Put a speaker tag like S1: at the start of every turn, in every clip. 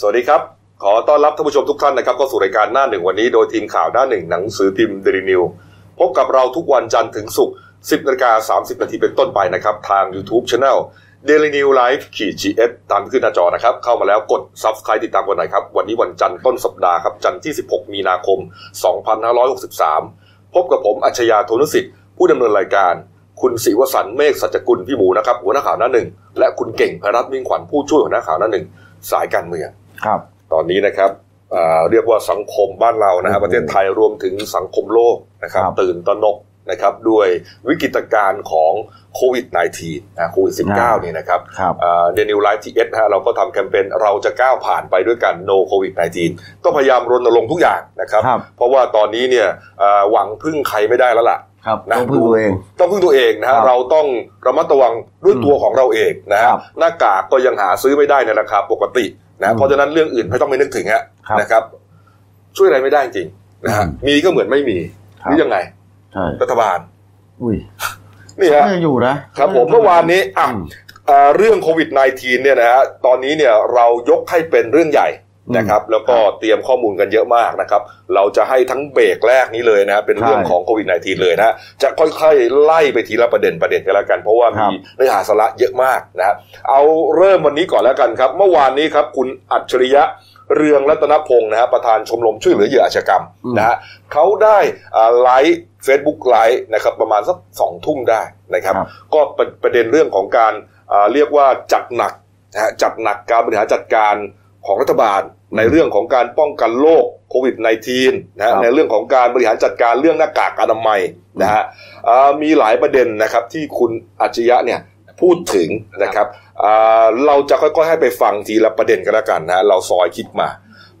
S1: สวัสดีครับ ขอต้อนรับท่านผู้ชมทุกท่านนะครับเข้าสู่รายการหน้าหนึ่งวันนี้โดยทีมข่าวหน้าหนึ่งหนังสือพิมพ์เดลินิวพบกับเราทุกวันจันทร์ถึงศุกร์10นาฬิกา30นาทีเป็นต้นไปนะครับ ทาง YouTube Channel Daily New Life ขีด GS ตามขึ้นหน้าจอนะครับ เข้ามาแล้วกด Subscribe ติดตามกันหน่อยครับ วันนี้วันจันทร์ต้นสัปดาห์ครับ จันทร์ที่ 16 มีนาคม 2563 พบกับผมอัจฉริยะโทนุสิทธิ์ผู้ดำเนินรายการ คุณศิวสันต์เมฆสัจกุลพี่หมูนะครับหัวหน้าข่าวหน้าหนึ่งและคุณเก่งพรัตน์มิ่งขวัญผู้ช่วยหัวหน้าข่าวหน้าหนึ่งสายการเมือง
S2: ครับ
S1: ตอนนี้นะครับเอ่อเรียกว่าสังคมบ้านเรานะครับ
S2: อืม
S1: ประเทศไทยรวมถึงสังคมโลกนะครับ
S2: ครับ
S1: ตื่นตระหนกนะครับด้วยวิกฤตการณ์ของโควิด -19 นะโควิด
S2: อ่า
S1: -19 เนี่ยนะครับ
S2: ครับ
S1: เดนิวไลฟ์ทีเอสนะฮะเราก็ทำแคมเปญเราจะก้าวผ่านไปด้วยกัน no covid 19ต้องพยายามรณรงค์ทุกอย่างนะครับ
S2: ครับ
S1: เพราะว่าตอนนี้เนี่ยเอ่อหวังพึ่งใครไม่ได้แล้วล่ะ
S2: ครับ
S1: นะ
S2: ต้องพึ่งตัวเอง
S1: ต้องพึ่งตัวเองนะฮะ
S2: ครับ
S1: เราต้องระมัดระวังด้วยตัวของเราเองนะฮะ
S2: ครับ
S1: หน้ากากก็ยังหาซื้อไม่ได้ในราคาปกติ
S2: อื
S1: นะ
S2: ม
S1: เพราะฉะนั้นเรื่องอื่นไม่ต้องไปนึกถึงฮะ
S2: ครับ
S1: นะครับ ช่วยอะไรไม่ได้จริงนะฮะ
S2: อืม
S1: มีก็เหมือนไม่มีห
S2: ครับ
S1: รือยังไง
S2: ใช่
S1: รัฐบาล
S2: อุ้ย
S1: นี่ฮะ
S2: ก็ยังอยู่นะครับ
S1: ผมเมื่อวานนี้อ่ะ
S2: อืม
S1: เอ่อเรื่องโควิด -19 เนี่ยนะฮะตอนนี้เนี่ยเรายกให้เป็นเรื่องใหญ่นะครับ แล้วก็เตรียมข้อมูลกันเยอะมากนะครับ เราจะให้ทั้งเบรกแรกนี้เลยนะฮะเป็นเรื่อง
S2: ใช่
S1: ของโควิด -19 เลยนะฮะจะค่อยๆไล่ไปทีละประเด็นประเด็นกันแล้วกัน เพราะว่า
S2: ครั
S1: มี
S2: บ
S1: เนื้อหาสาระเยอะมากนะฮะเอาเริ่มวันนี้ก่อนแล้วกันครับ เมื่อวานนี้ครับคุณอัจฉริยะเรืองรัตนพงศ์นะฮะประธานชมรมช่วยเหลือเหยื่ออาชญากรรมนะฮะเขาได้อ่าไลฟ์เฟซบุ๊กไลฟ์นะครับประมาณสักสองทุ่มได้นะครับ ก็ประประเด็นเรื่องของการอ่าเรียกว่าจัดหนักนะฮะจัดหนักการบริหารจัดการของรัฐบาล ในเรื่องของการป้องกันโรคโควิด -19 นะ
S2: ค
S1: ฮะ
S2: รับ
S1: ในเรื่องของการบริหารจัดการเรื่องหน้ากากอนามัยนะฮะอ่ามีหลายประเด็นนะครับที่คุณอัจฉริยะเนี่ยพูดถึงนะครับอ่าเราจะค่อยๆให้ไปฟังทีละประเด็นกันแล้วกันนะฮะเราซอยคิดมา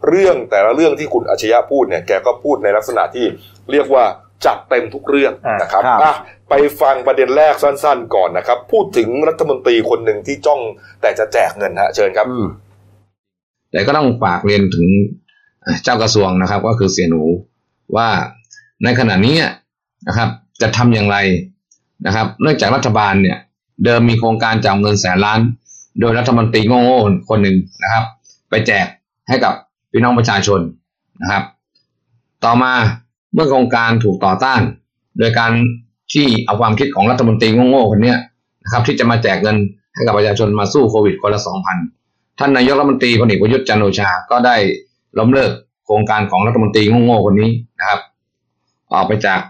S1: เรื่องแต่ละเรื่องที่คุณอัจฉริยะพูดเนี่ยแกก็พูดในลักษณะที่เรียกว่าจัดเต็มทุกเรื่อง
S3: อ่าน
S1: นะครับ
S2: ครับ
S1: อ่ะไปฟังประเด็นแรกสั้นๆ ก่อนนะครับ พูดถึงรัฐมนตรีคนหนึ่งที่จ้องแต่จะแจกเงินฮะเชิญครับ
S2: อืม
S4: แต่ก็ต้องฝากเรียนถึงเจ้ากระทรวงนะครับ ก็คือเสียหนูว่าในขณะนี้นะครับ จะทำอย่างไรนะครับ เนื่องจากรัฐบาลเนี่ย เดิมมีโครงการจ่ายเงินแสนล้าน โดยรัฐมนตรีโง่ๆคนหนึ่งนะครับ ไปแจกให้กับพี่น้องประชาชนนะครับ ต่อมาเมื่อโครงการถูกต่อต้าน โดยการที่เอาความคิดของรัฐมนตรีโง่ๆคนเนี้ยนะครับ ที่จะมาแจกเงินให้กับประชาชนมาสู้โควิดคนละสองพัน ท่านนายกรัฐมนตรีพลเอกประยุทธ์จันทร์โอชา ก็ได้ล้มเลิกโครงการของรัฐมนตรีโง่ๆคนนี้นะครับ ออกไปจาก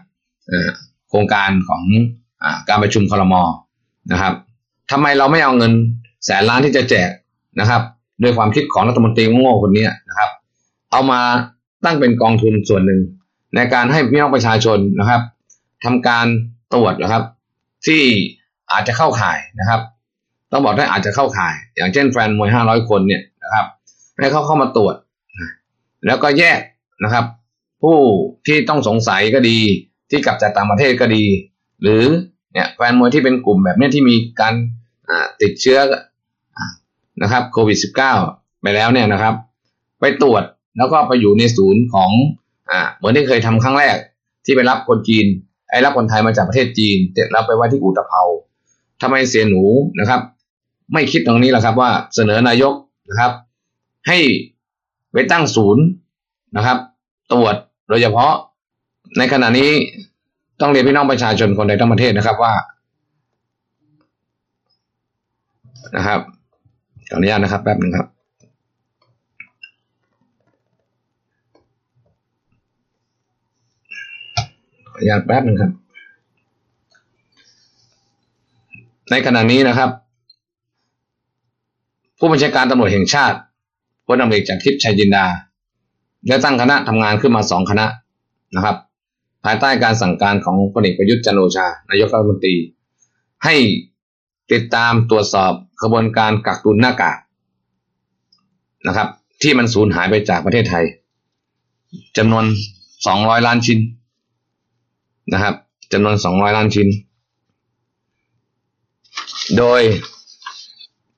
S4: เอ่อโครงการของอาการประชุมครมนะครับทำไมเราไม่เอาเงินแสนล้านที่จะแจกนะครับด้วยความคิดของรัฐมนตรีโง่ๆคนนี้นะครับ เอามาตั้งเป็นกองทุนส่วนหนึ่ง ในการให้พี่น้องประชาชนนะครับทำการตรวจนะครับ ที่อาจจะเข้าข่ายนะครับ ต้องบอกได้อาจจะเข้าข่าย อย่างเช่นแฟนมวยห้าร้อยคนเนี่ยนะครับให้เขาเข้ามาตรวจนะแล้วก็แยกนะครับ ผู้ที่ต้องสงสัยก็ดี ที่กลับจากต่างประเทศก็ดี หรือเนี่ยแฟนมวยที่เป็นกลุ่มแบบเนี้ยที่มีการอ่าติดเชื้ออ่านะครับโควิด -19 ไปแล้วเนี่ยนะครับ ไปตรวจแล้วก็ไปอยู่ในศูนย์ของอ่าเหมือนที่เคยทำครั้งแรก ที่ไปรับคนจีนไอ้รับคนไทยมาจากประเทศจีนเสร็จแล้วไปไว้ที่อุตภเปาทำไมเสียหนูนะครับ ไม่คิดตรงนี้แหละครับว่าเสนอนายกนะครับ ให้ไปตั้งศูนย์นะครับ ตรวจโดยเฉพาะในขณะนี้ต้องเรียนพี่น้องประชาชนคนในทั้งประเทศนะครับว่านะครับขออนุญาตนะครับแป๊บหนึ่งครับ ขออนุญาตแป๊บหนึ่งครับ ในขณะนี้นะครับ ผู้บัญชาการตำรวจแห่งชาติพลตำรวจเอกจากทิพย์ชัยจินดา ได้ตั้งคณะทำงานขึ้นมาสองคณะนะครับ ภายใต้การสั่งการของพลเอกประยุทธ์จันทร์โอชา นายกรัฐมนตรี ให้ติดตามตรวจสอบขบวนการกักตุนหน้ากากนะครับ ที่มันสูญหายไปจากประเทศไทยจำนวนสองร้อยล้านชิ้น นะครับจำนวน 200 ล้านชิ้น โดย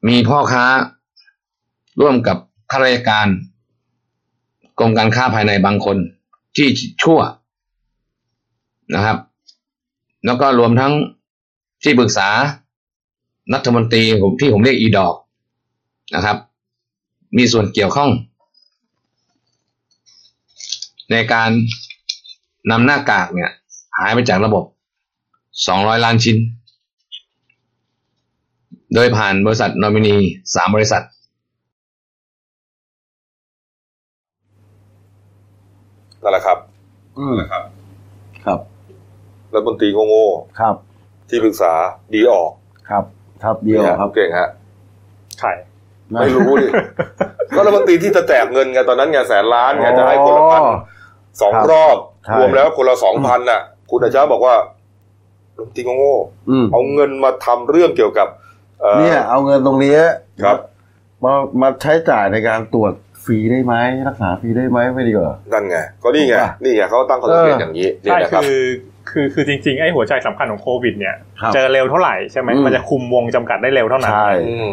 S4: มีพ่อค้าร่วมกับข้าราชการกรมการค้าภายในบางคนที่ชั่วนะครับ แล้วก็รวมทั้งที่ปรึกษารัฐมนตรีผมที่ผมเรียกอีดอกนะครับ มีส่วนเกี่ยวข้อง ในการนำหน้ากากเนี่ย หายไปจากระบบ 200 ล้านชิ้น โดยผ่านบริษัทนอมินีสามบริษัท
S1: นั่นแหละครับ
S2: อืมครับ
S1: รัฐมนตรีโง่
S2: ครับ
S1: ๆที่ปรึกษาดีออก
S2: ครับ ครับเดียว
S1: นี่ฮะ
S2: ครับ
S1: เก่งฮะ
S3: ไข่
S1: ไม่รู้ ดิ ก็รัฐมนตรีที่จะแจกเงินไงตอนนั้นไงแสนล้านไงจะให้คนละพัน
S2: อ๋อ
S1: สอง
S2: ครับ
S1: รอบ
S2: ใช่
S1: รวมแล้วคนละสองพันน่ะ คุณอาจารย์บอกว่ารัฐมนตรีโง่
S2: อืม
S1: ๆเอาเงินมาทำเรื่องเกี่ยวกับอ่อ
S2: เนี่ยเอาเงินตรงนี้
S1: ครับ
S2: มามาใช้จ่ายในการตรวจฟรีได้ไหมรักษาฟรีได้ไหมไม่ดีกว่า
S1: นั่นไงก็นี่ไง
S2: ว่า
S1: นี่ไงเขาตั้งข้อสังเกต
S2: เออ
S1: อ
S2: อ
S1: ย่างนี้นี่
S3: ใช่
S1: นะครับ
S3: คือคือคือจริงๆไอ้หัวใจสำคัญของโควิดเนี่ย
S2: ครับ
S3: เจอเร็วเท่าไหร่ใช่ไหม
S2: อืม
S3: มันจะคุมวงจำกัดได้เร็วเท่านั้น
S2: ใช่
S1: อืม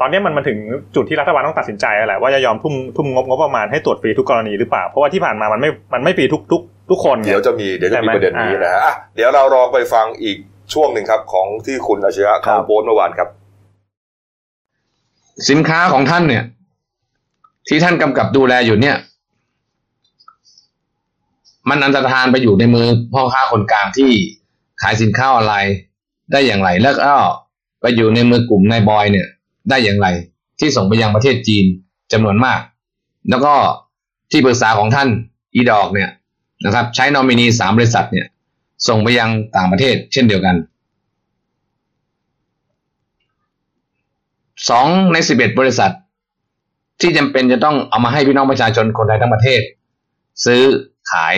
S3: ตอนนี้มันมาถึงจุดที่รัฐบาลต้องตัดสินใจแล้วแหละว่าจะยอมทุ่มทุ่มงบงบประมาณให้ตรวจฟรีทุกกรณีหรือเปล่า เพราะว่าที่ผ่านมามันไม่มันไม่ฟรีทุกทุกทุกคนไง
S1: เดี๋ยวจะมีเดี๋ยวจะมี
S3: ใช่ไหม
S1: ประเด็นนี้นะฮะอ่ะเดี๋ยวเรารอไปฟังอีกช่วงหนึ่งครับ ของที่คุณอาชญะเขาโพสต์เมื่อวานครับ
S4: สินค้าของท่านเนี่ย ที่ท่านกำกับดูแลอยู่เนี่ย มันอันตรธานไปอยู่ในมือพ่อค้าคนกลางที่ขายสินค้าออนไลน์ได้อย่างไรแล้วก็ไปอยู่ในมือกลุ่มนายบอยเนี่ย ได้อย่างไร ที่ส่งไปยังประเทศจีนจำนวนมาก แล้วก็ที่ปรึกษาของท่านอีดอกเนี่ยนะครับ ใช้นอมินีสามบริษัทเนี่ย ส่งไปยังต่างประเทศ เช่นเดียวกัน สองในสิบเอ็ดบริษัท ที่จำเป็นจะต้องเอามาให้พี่น้องประชาชนคนไทยทั้งประเทศ ซื้อขาย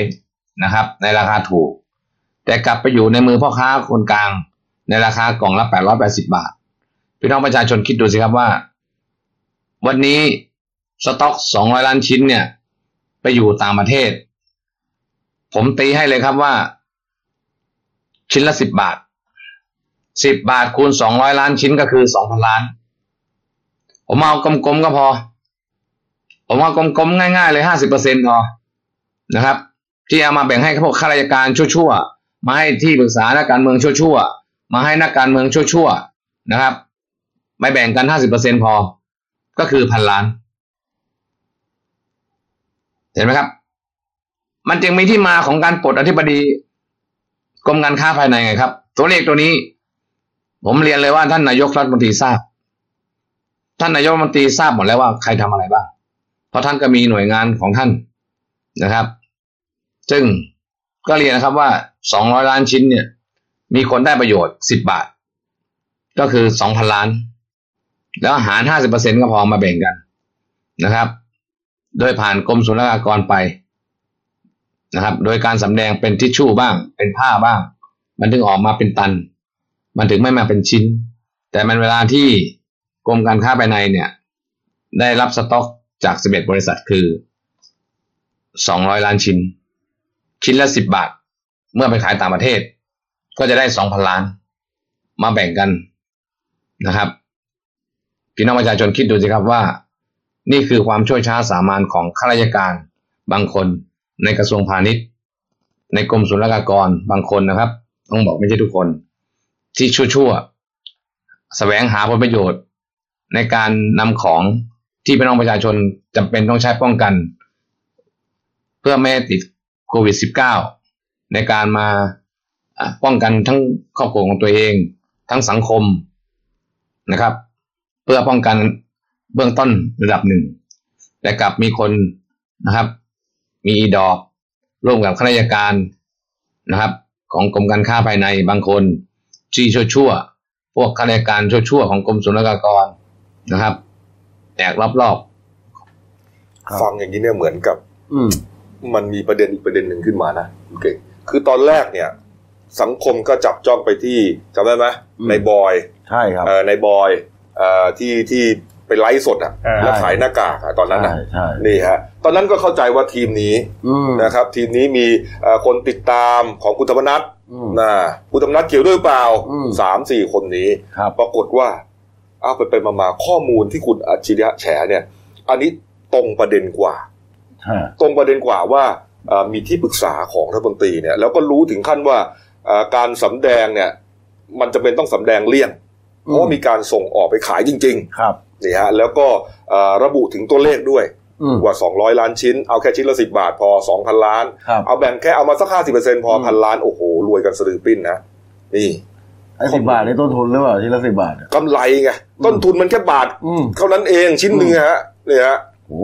S4: นะครับ ในราคาถูก แต่กลับไปอยู่ในมือพ่อค้าคนกลาง ในราคากล่องละแปดร้อยแปดสิบาท พี่น้องประชาชนคิดดูสิครับว่า วันนี้สต็อกสองร้อยล้านชิ้นเนี่ย ไปอยู่ต่างประเทศ ผมตีให้เลยครับว่า ชิ้นละสิบบาทสิบบาทคูณสองร้อยล้านชิ้นก็คือสองพันล้าน ผมเอากลมๆก็พอ ผมเอากลมๆง่ายๆเลยห้าสิบเปอร์เซ็นต์พอนะครับ ที่เอามาแบ่งให้พวกข้าราชการชั่วๆ มาให้ที่ปรึกษานักการเมืองชั่วๆ มาให้นักการเมืองชั่วๆ นะครับ ไม่แบ่งกันห้าสิบเปอร์เซ็นต์พอ ก็คือพันล้าน เห็นไหมครับ มันจึงมีที่มาของการปลดอธิบดีกรมการค้าภายในไงครับ ตัวเลขตัวนี้ ผมเรียนเลยว่าท่านนายกรัฐมนตรีทราบ ท่านนายกรัฐมนตรีทราบหมดแล้วว่าใครทำอะไรบ้าง เพราะท่านก็มีหน่วยงานของท่านนะครับ ซึ่งก็เรียนนะครับว่า 200 ล้านชิ้นเนี่ย มีคนได้ประโยชน์ 10 บาท ก็คือ 2,000 ล้าน แล้วหาร 50%ก็พอมาแบ่งกันนะครับ โดยผ่านกรมศุลกากรไปนะครับ โดยการสำแดงเป็นทิชชู่บ้าง เป็นผ้าบ้าง มันถึงออกมาเป็นตัน มันถึงไม่มาเป็นชิ้น แต่มันเวลาที่กรมการค้าภายในเนี่ย ได้รับสต็อกจาก 11 บริษัทคือ 200 ล้านชิ้น ชิ้นละ 10 บาท เมื่อไปขายต่างประเทศ ก็จะได้ 2,000 ล้าน มาแบ่งกันนะครับ พี่น้องประชาชนคิดดูสิครับว่า นี่คือความช่วยช้าสามานของข้าราชการบางคนในกระทรวงพาณิชย์ ในกรมศุลกากรบางคนนะครับ ต้องบอกไม่ใช่ทุกคน ที่ชั่วๆแสวงหาผลประโยชน์ ในการนำของที่พี่น้องประชาชนจำเป็นต้องใช้ป้องกัน เพื่อไม่ให้ติดโควิด -19 ในการมาอ่ะป้องกันทั้งครอบครัวของตัวเอง ทั้งสังคมนะครับ เพื่อป้องกันเบื้องต้นระดับหนึ่ง แต่กลับมีคนนะครับ มีอีดอกร่วมกับข้าราชการนะครับ ของกรมการค้าภายในบางคนที่ชั่วๆพวกข้าราชการชั่วๆของกรมศุลกากรนะครับแอกรอบ
S2: ครับ
S1: ฟังอย่างนี้เนี่ยเหมือนกับ
S2: อืม
S1: มันมีประเด็นอีกประเด็นหนึ่งขึ้นมานะคุณเก่งคือตอนแรกเนี่ย สังคมก็จับจ้องไปที่จำได้ไหม
S2: อืม
S1: ในบอย
S2: ใช่ครับ
S1: เอ่อในบอยเอ่อที่ที่ไปไลฟ์สดอ่ะ
S3: เออ
S1: แล้วขายหน้ากากอะตอนนั้น
S2: ใช่
S1: อ่ะ
S2: ใช่
S1: นี่ฮะตอนนั้นก็เข้าใจว่าทีมนี้
S2: อืม
S1: นะครับ ทีมนี้มีเอ่อคนติดตามของคุณธรรมนัท
S2: อืม
S1: นะคุณธรรมนัทเกี่ยวด้วยหรือเปล่า
S2: อืม
S1: สามสี่คนนี้
S2: ครับ
S1: ปรากฏว่าเอาไปไปมามาข้อมูลที่คุณอัจฉริยะแฉเนี่ย อันนี้ตรงประเด็นกว่า
S2: ฮะ
S1: ตรงประเด็นกว่าว่าเอ่อมีที่ปรึกษาของรัฐมนตรีเนี่ยแล้วก็รู้ถึงขั้นว่าเอ่อการสำแดงเนี่ย มันจะเป็นต้องสำแดงเลี่ยง เพราะว่ามีการส่งออกไปขายจริง
S2: ครับ
S1: ๆ นี่ฮะแล้วก็เอ่อระบุถึงตัวเลขด้วย
S2: อืม
S1: กว่า 200 ล้านชิ้น เอาแค่ชิ้นละ 10 บาทพอ 2,000 ล้าน
S2: ครับ
S1: เอาแบ่งแค่เอามาสัก 50%พอ
S2: อืม
S1: พันล้าน โอ้โห รวยกันสะดือปิ้นนะ นี่
S2: ไอ้สิบบาทนี่ต้นทุนหรือเปล่าที่ละสิบบาทอะ
S1: กำไรไง ต้นทุนมันแค่บาท
S2: อืม
S1: เท่านั้นเองชิ้นหนึ่งฮะเนี่ยฮะ
S2: โอ้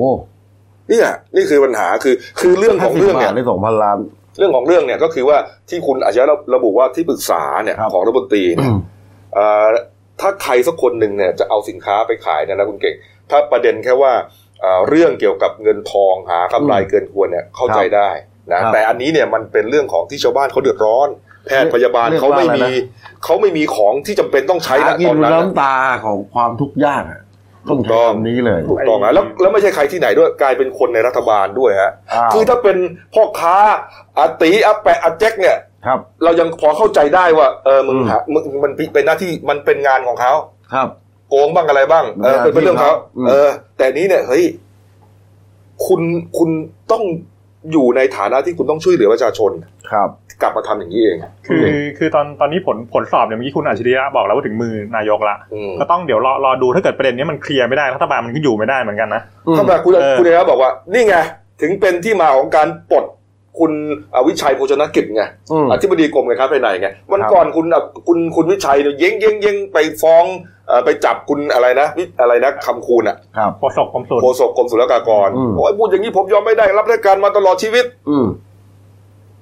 S1: เนี่ยนี่คือปัญหาคือคือเรื่องของเรื่อง
S2: 50
S1: เนี่ย
S2: บาทได้สองพันล้าน
S1: เรื่องของเรื่องเนี่ยก็คือว่าที่คุณอาจจะระบุว่าที่ปรึกษาเนี่ย
S2: ครับ
S1: ของรัฐมนตรีเนี่ย
S2: อืม
S1: เอ่อถ้าใครสักคนหนึ่งเนี่ยจะเอาสินค้าไปขายเนี่ยนะคุณเก่ง ถ้าประเด็นแค่ว่าเอ่อเรื่องเกี่ยวกับเงินทองหากำไรเกินควรเนี่ยเข้าใจได้นะแต่อันนี้เนี่ยมันเป็นเรื่องของที่ชาวบ้านเขาเดือดร้อน แพทย์พยาบาลเขาไม่มีเขาไม่มีของที่จำเป็นต้องใช้
S2: หา
S1: นะ
S2: กิ
S1: ต
S2: น
S1: อนนั้นน่ะ
S2: น้ำตาของความทุกข์ยากอะต้อง
S1: ถูกต้อง
S2: ทำนี้เลย
S1: ถูกต้องนะแล้วแล้วไม่ใช่ใครที่ไหนด้วยกลายเป็นคนในรัฐบาลด้วยฮะ
S2: าว
S1: คือถ้าเป็นพ่อค้าอาติอาแปะอาแจ็คเนี่ย
S2: ครับ
S1: เรายังพอเข้าใจได้ว่า เออมึง
S2: อืม
S1: หามึงมันเป็นหน้าที่มันเป็นงานของเขา
S2: ครับ
S1: โกงบ้างอะไรบ้างเออ
S2: เป็นหน้าที่
S1: เป็นเป็นเรื่องเขา
S2: เขาอืม
S1: เออ แต่นี้เนี่ยเฮ้ยคุณคุณต้องอยู่ในฐานะที่คุณต้องช่วยเหลือประชาชน
S2: ครับ
S1: กลับมาทำอย่างนี้เอง
S3: คือคือตอนตอนนี้ผลผลสอบเนี่ยเมื่อกี้คุณอัจฉริยะบอกแล้วว่าถึงมือนายกละ
S1: อืม
S3: ก็ต้องเดี๋ยวรอรอดูถ้าเกิดประเด็นนี้มันเคลียร์ไม่ได้รัฐบาลมันก็อยู่ไม่ได้เหมือนกันนะ
S1: ถ้ามาคุณ
S3: เออ
S1: คุณเอกบอกว่า นี่ไงถึงเป็นที่มาของการปลดคุณอวิชัยโภชนกิจไง
S2: อืม
S1: อธิบดีกรมการค้าภายในไงวัน
S2: ครับ
S1: ก่อนคุณอ่ะคุณคุณวิชัยเนี่ยเย้งเย้งเย้งไปฟ้องเอ่อไปจับคุณอะไรนะวิอะไรนะคำคูณอะ
S2: ครับ
S3: โฆษกกรมสุน
S1: โฆษกกรมศุลกากร
S2: อืม
S1: บอกไอ้พูดอย่างนี้ผมยอมไม่ได้รับราชการมาตลอดชีวิต
S2: อืม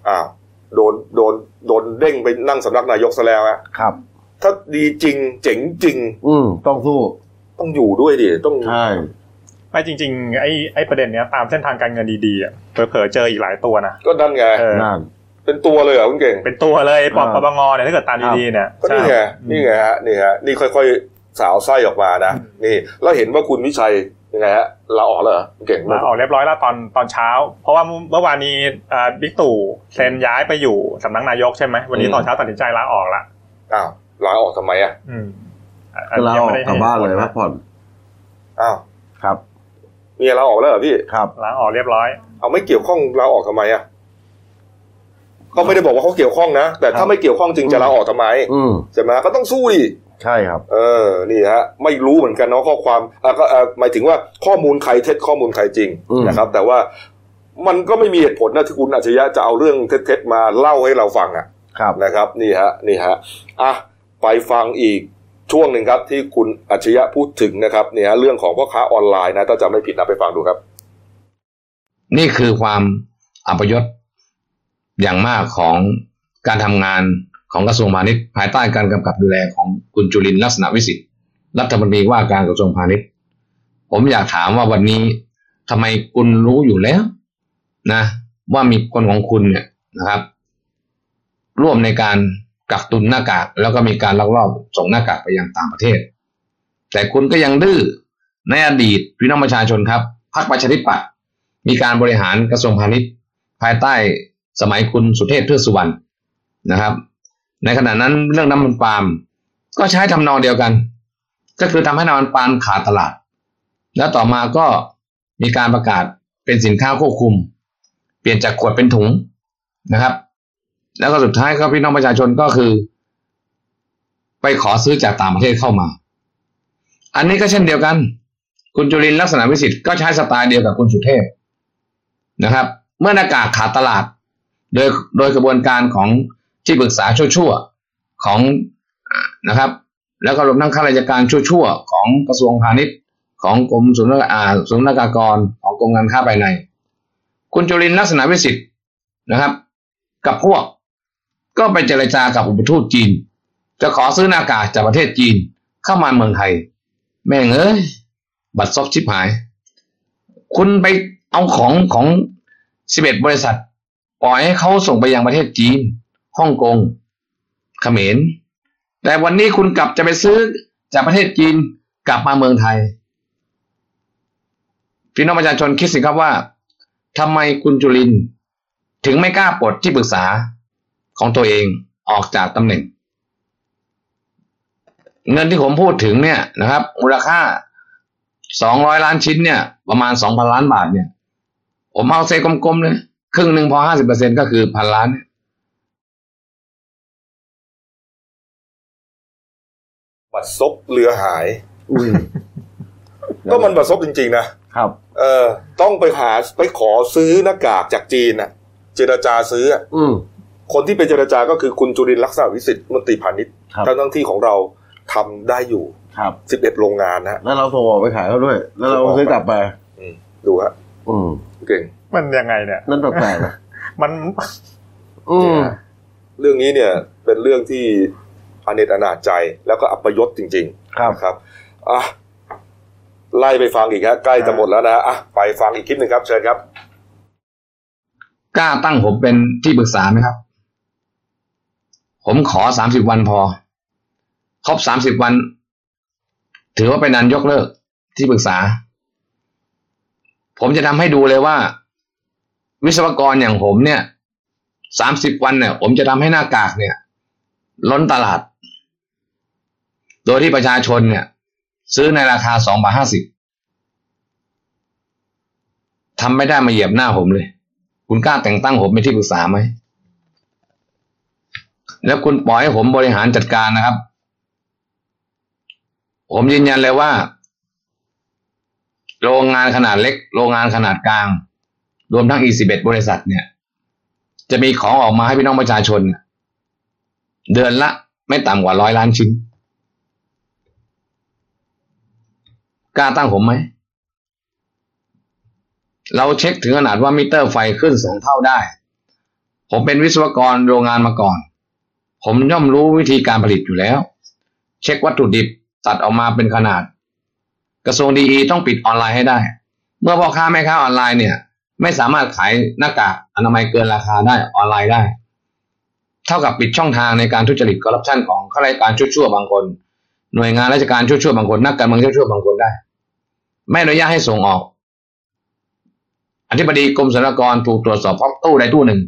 S1: อ้าวโดนโดนโดนเด้งไปนั่งสำนักนายกซะแล้วอะ
S2: ครับ
S1: ถ้าดีจริงเจ๋งจริง
S2: อืมต้องสู้
S1: ต้องอยู่ด้วยดิต้อง
S2: ใช่
S3: ไม่จริงๆไอ้ไอ้ประเด็นเนี้ยตามเส้นทางการเงินดีๆอะเผลอๆเจออีกหลายตัวนะ
S1: ก็นั่นไง
S3: เออ
S2: นั่น
S1: เป็นตัวเลยเหรอคุณเก่ง
S3: เป็นตัวเลยปอบ
S2: อ่า
S3: ปปงเนี่ยถ้าเกิดตามดีๆเนี่ย
S1: ก็นี่
S3: ใช่
S1: ไงนี่ไงฮะนี่ฮะนี่ค่อยๆสาวไส้ออกมานะนี่แล้วเห็นว่าคุณวิชัยยังไงฮะลาออกแล้วเหรอคุณเก่ง
S3: ลาออกเรียบร้อยแล้วตอนตอนเช้า เพราะว่าเมื่อวานนี้อ่าบิ๊กตู่เซ็นย้ายไปอยู่สำนักนายกใช่ไหมวันนี้ตอนเช้าตัดสินใจลาออกละ
S1: อ้าวลาออกทำไมอ่ะ
S3: อืม
S2: ก็เรา
S3: ยั
S2: อง อก
S3: ไม่ได้
S2: กลับบ้านเลยพักผ่อน
S1: อ้าว
S2: ครับ
S1: เมียลาออกแล้วเหรอพี่
S2: ครับ
S3: ลาออกเรียบร้อย
S1: เอาไม่เกี่ยวข้องลาออกทำไมอ่ะก็ไม่ได้บอกว่าเขาเกี่ยวข้องนะ แต่
S2: ครั
S1: ถ้า
S2: บ
S1: ไม่เกี่ยวข้องจริงจะลาออกทำไม
S2: อืม
S1: ใช่ไหมก็ต้องสู้ดิ
S2: ใช่ครับ
S1: เออ นี่ฮะ ไม่รู้เหมือนกันเนาะข้อความอ่ะก็เอ่อหมายถึงว่าข้อมูลใครเท็จข้อมูลใครจริง
S2: อืม
S1: นะครับ แต่ว่ามันก็ไม่มีเหตุผลนะที่คุณอัจฉริยะจะเอาเรื่องเท็จๆมาเล่าให้เราฟังอะ
S2: ครับ
S1: นะครับ นี่ฮะ นี่ฮะ อ่ะ ไปฟังอีกช่วงหนึ่งครับ ที่คุณอัจฉริยะพูดถึงนะครับเนี่ยฮะเรื่องของพ่อค้าออนไลน์นะถ้าจำไม่ผิดนะไปฟังดูครับ
S4: นี่คือความอัปยศอย่างมากของการทำงานของกระทรวงพาณิชย์ ภายใต้การกำกับดูแลของคุณจุลินทร์ลักษณะวิสิทธิ์รัฐมนตรีว่าการกระทรวงพาณิชย์ ผมอยากถามว่าวันนี้ทำไมคุณรู้อยู่แล้ว นะ ว่ามีคนของคุณเนี่ยนะครับ ร่วมในการกักตุนหน้ากาก แล้วก็มีการลักลอบส่งหน้ากากไปยังต่างประเทศ แต่คุณก็ยังดื้อในอดีตพี่น้องประชาชนครับพรรคประชาธิปัตย์มีการบริหารกระทรวงพาณิชย์ ภายใต้สมัยคุณสุเทพเทือกสุวรรณนะครับ ในขณะนั้นเรื่องน้ำมันปาล์มก็ใช้ทำนองเดียวกัน ก็คือทำให้น้ำมันปาล์มขาดตลาด แล้วต่อมาก็มีการประกาศเป็นสินค้าควบคุม เปลี่ยนจากขวดเป็นถุงนะครับ แล้วก็สุดท้ายก็พี่น้องประชาชนก็คือ ไปขอซื้อจากต่างประเทศเข้ามา อันนี้ก็เช่นเดียวกัน คุณจุลินลักษณะวิสิทธิ์ก็ใช้สไตล์เดียวกับคุณสุเทพนะครับ เมื่อหน้ากากขาดตลาด โดยโดยกระบวนการของที่ปรึกษาชั่วๆของอ่านะครับ แล้วก็รวมทั้งข้าราชการชั่วๆของกระทรวงพาณิชย์ ของกรมศุลกาอ่าศุลกากรของกรมการค้าภายใน คุณจุลินลักษณะวิสิทธิ์นะครับ กับพวก ก็ไปเจรจากับอุปทูตจีน จะขอซื้อหน้ากากจากประเทศจีนเข้ามาเมืองไทย แม่งเอ้ย บัตรซบชิบหาย คุณไปเอาของของสิบเอ็ดบริษัท ปล่อยให้เขาส่งไปยังประเทศจีนฮ่องกงเขมร แต่วันนี้คุณกลับจะไปซื้อจากประเทศจีนกลับมาเมืองไทย พี่น้องประชาชนคิดสิครับว่าทำไมคุณจุลินทร์ถึงไม่กล้าปลดที่ปรึกษาของตัวเองออกจากตำแหน่ง เงินที่ผมพูดถึงเนี่ยนะครับ มูลค่า สองร้อยล้านชิ้นเนี่ย ประมาณสองพันล้านบาทเนี่ย ผมเอาเซกลมๆเลยครึ่งหนึ่งพอห้าสิบเปอร์เซ็นก็คือพันล้านเนี่ย
S1: บัตรซบเรือหาย
S2: อืม
S1: ก็มันประสบจริงๆนะ
S2: ครับ
S1: เออ ต้องไปหาไปขอซื้อหน้ากากจากจีนน่ะ เจรจาซื้ออะ
S2: อืม
S1: คนที่ไปเจรจาก็คือคุณจุรินทร์ลักษณะวิสิทธิ์มนตรีพาณิชย์
S2: ครับ
S1: ทั้งทั้งๆที่ของเราทำได้อยู่
S2: ครับ
S1: 11 โรงงานนะฮะ
S2: แล้วเราส่งออกไปขายเขาด้วย แล้วเราซื้อกลับไป
S1: ดูฮะ
S2: อืม
S1: เก่ง
S3: มันยังไงเนี่ย
S2: นั่นแปลกๆนะ
S3: มัน
S2: อืม
S1: เรื่องนี้เนี่ยเป็นเรื่องที่อเนจอนาจใจแล้วก็อัปยศจริง
S2: ครั
S1: ๆ
S2: บ
S1: นะครับอ่ะไล่ไปฟังอีกฮะใกล้จะหมดแล้วนะฮะอ่ะไปฟังอีกคลิปหนึ่งครับ เชิญครับ
S4: กล้าตั้งผมเป็นที่ปรึกษาไหมครับ ผมขอสามสิบวันพอ ครบสามสิบวัน ถือว่าเป็นนันยกเลิกที่ปรึกษา ผมจะทำให้ดูเลยว่า วิศวกรอย่างผมเนี่ยสามสิบวันเนี่ย ผมจะทำให้หน้ากากเนี่ย ล้นตลาด โดยที่ประชาชนเนี่ย ซื้อในราคาสองบาทห้าสิบทำไม่ได้มาเหยียบหน้าผมเลย คุณกล้าแต่งตั้งผมเป็นที่ปรึกษาไหม แล้วคุณปล่อยให้ผมบริหารจัดการนะครับ ผมยืนยันเลยว่า โรงงานขนาดเล็ก โรงงานขนาดกลาง รวมทั้งอีสิบเอ็ดบริษัทเนี่ย จะมีของออกมาให้พี่น้องประชาชนเนี่ยเดือนละไม่ต่ำกว่าร้อยล้านชิ้น กล้าตั้งผมไหม เราเช็คถึงขนาดว่ามิเตอร์ไฟขึ้นสองเท่าได้ ผมเป็นวิศวกรโรงงานมาก่อน ผมย่อมรู้วิธีการผลิตอยู่แล้ว เช็ควัตถุดิบตัดออกมาเป็นขนาด กระทรวงดีต้องปิดออนไลน์ให้ได้ เมื่อพ่อค้าแม่ค้าออนไลน์เนี่ย ไม่สามารถขายหน้ากากอนามัยเกินราคาได้ออนไลน์ได้ เท่ากับปิดช่องทางในการทุจริตคอร์รัปชันของข้าราชการชั่วๆบางคน หน่วยงานราชการชั่วๆบางคนนักการเมืองชั่วๆบางคนได้ ไม่อนุญาตให้ส่งออก อธิบดีกรมสรรพากรถูกตรวจสอบพบตู้ใดตู้หนึ่ง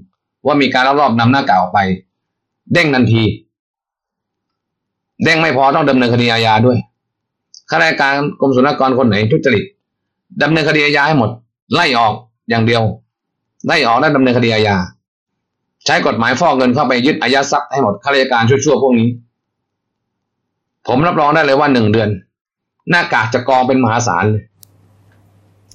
S4: ว่ามีการลักลอบนำหน้ากากออกไป เด้งทันที เด้งไม่พอต้องดำเนินคดีอาญาด้วยข้าราชการกรมสรรพากรคนไหนทุจริตดำเนินคดีอาญาให้หมด ไล่ออกอย่างเดียวไล่ออกและดำเนินคดีอาญาใช้กฎหมายฟอกเงินเข้าไปยึดอายัดทรัพย์ให้หมดข้าราชการชั่วๆพวกนี้ ผมรับรองได้เลยว่าหนึ่งเดือน หน้ากากจะกองเป็นมหาศาลเลย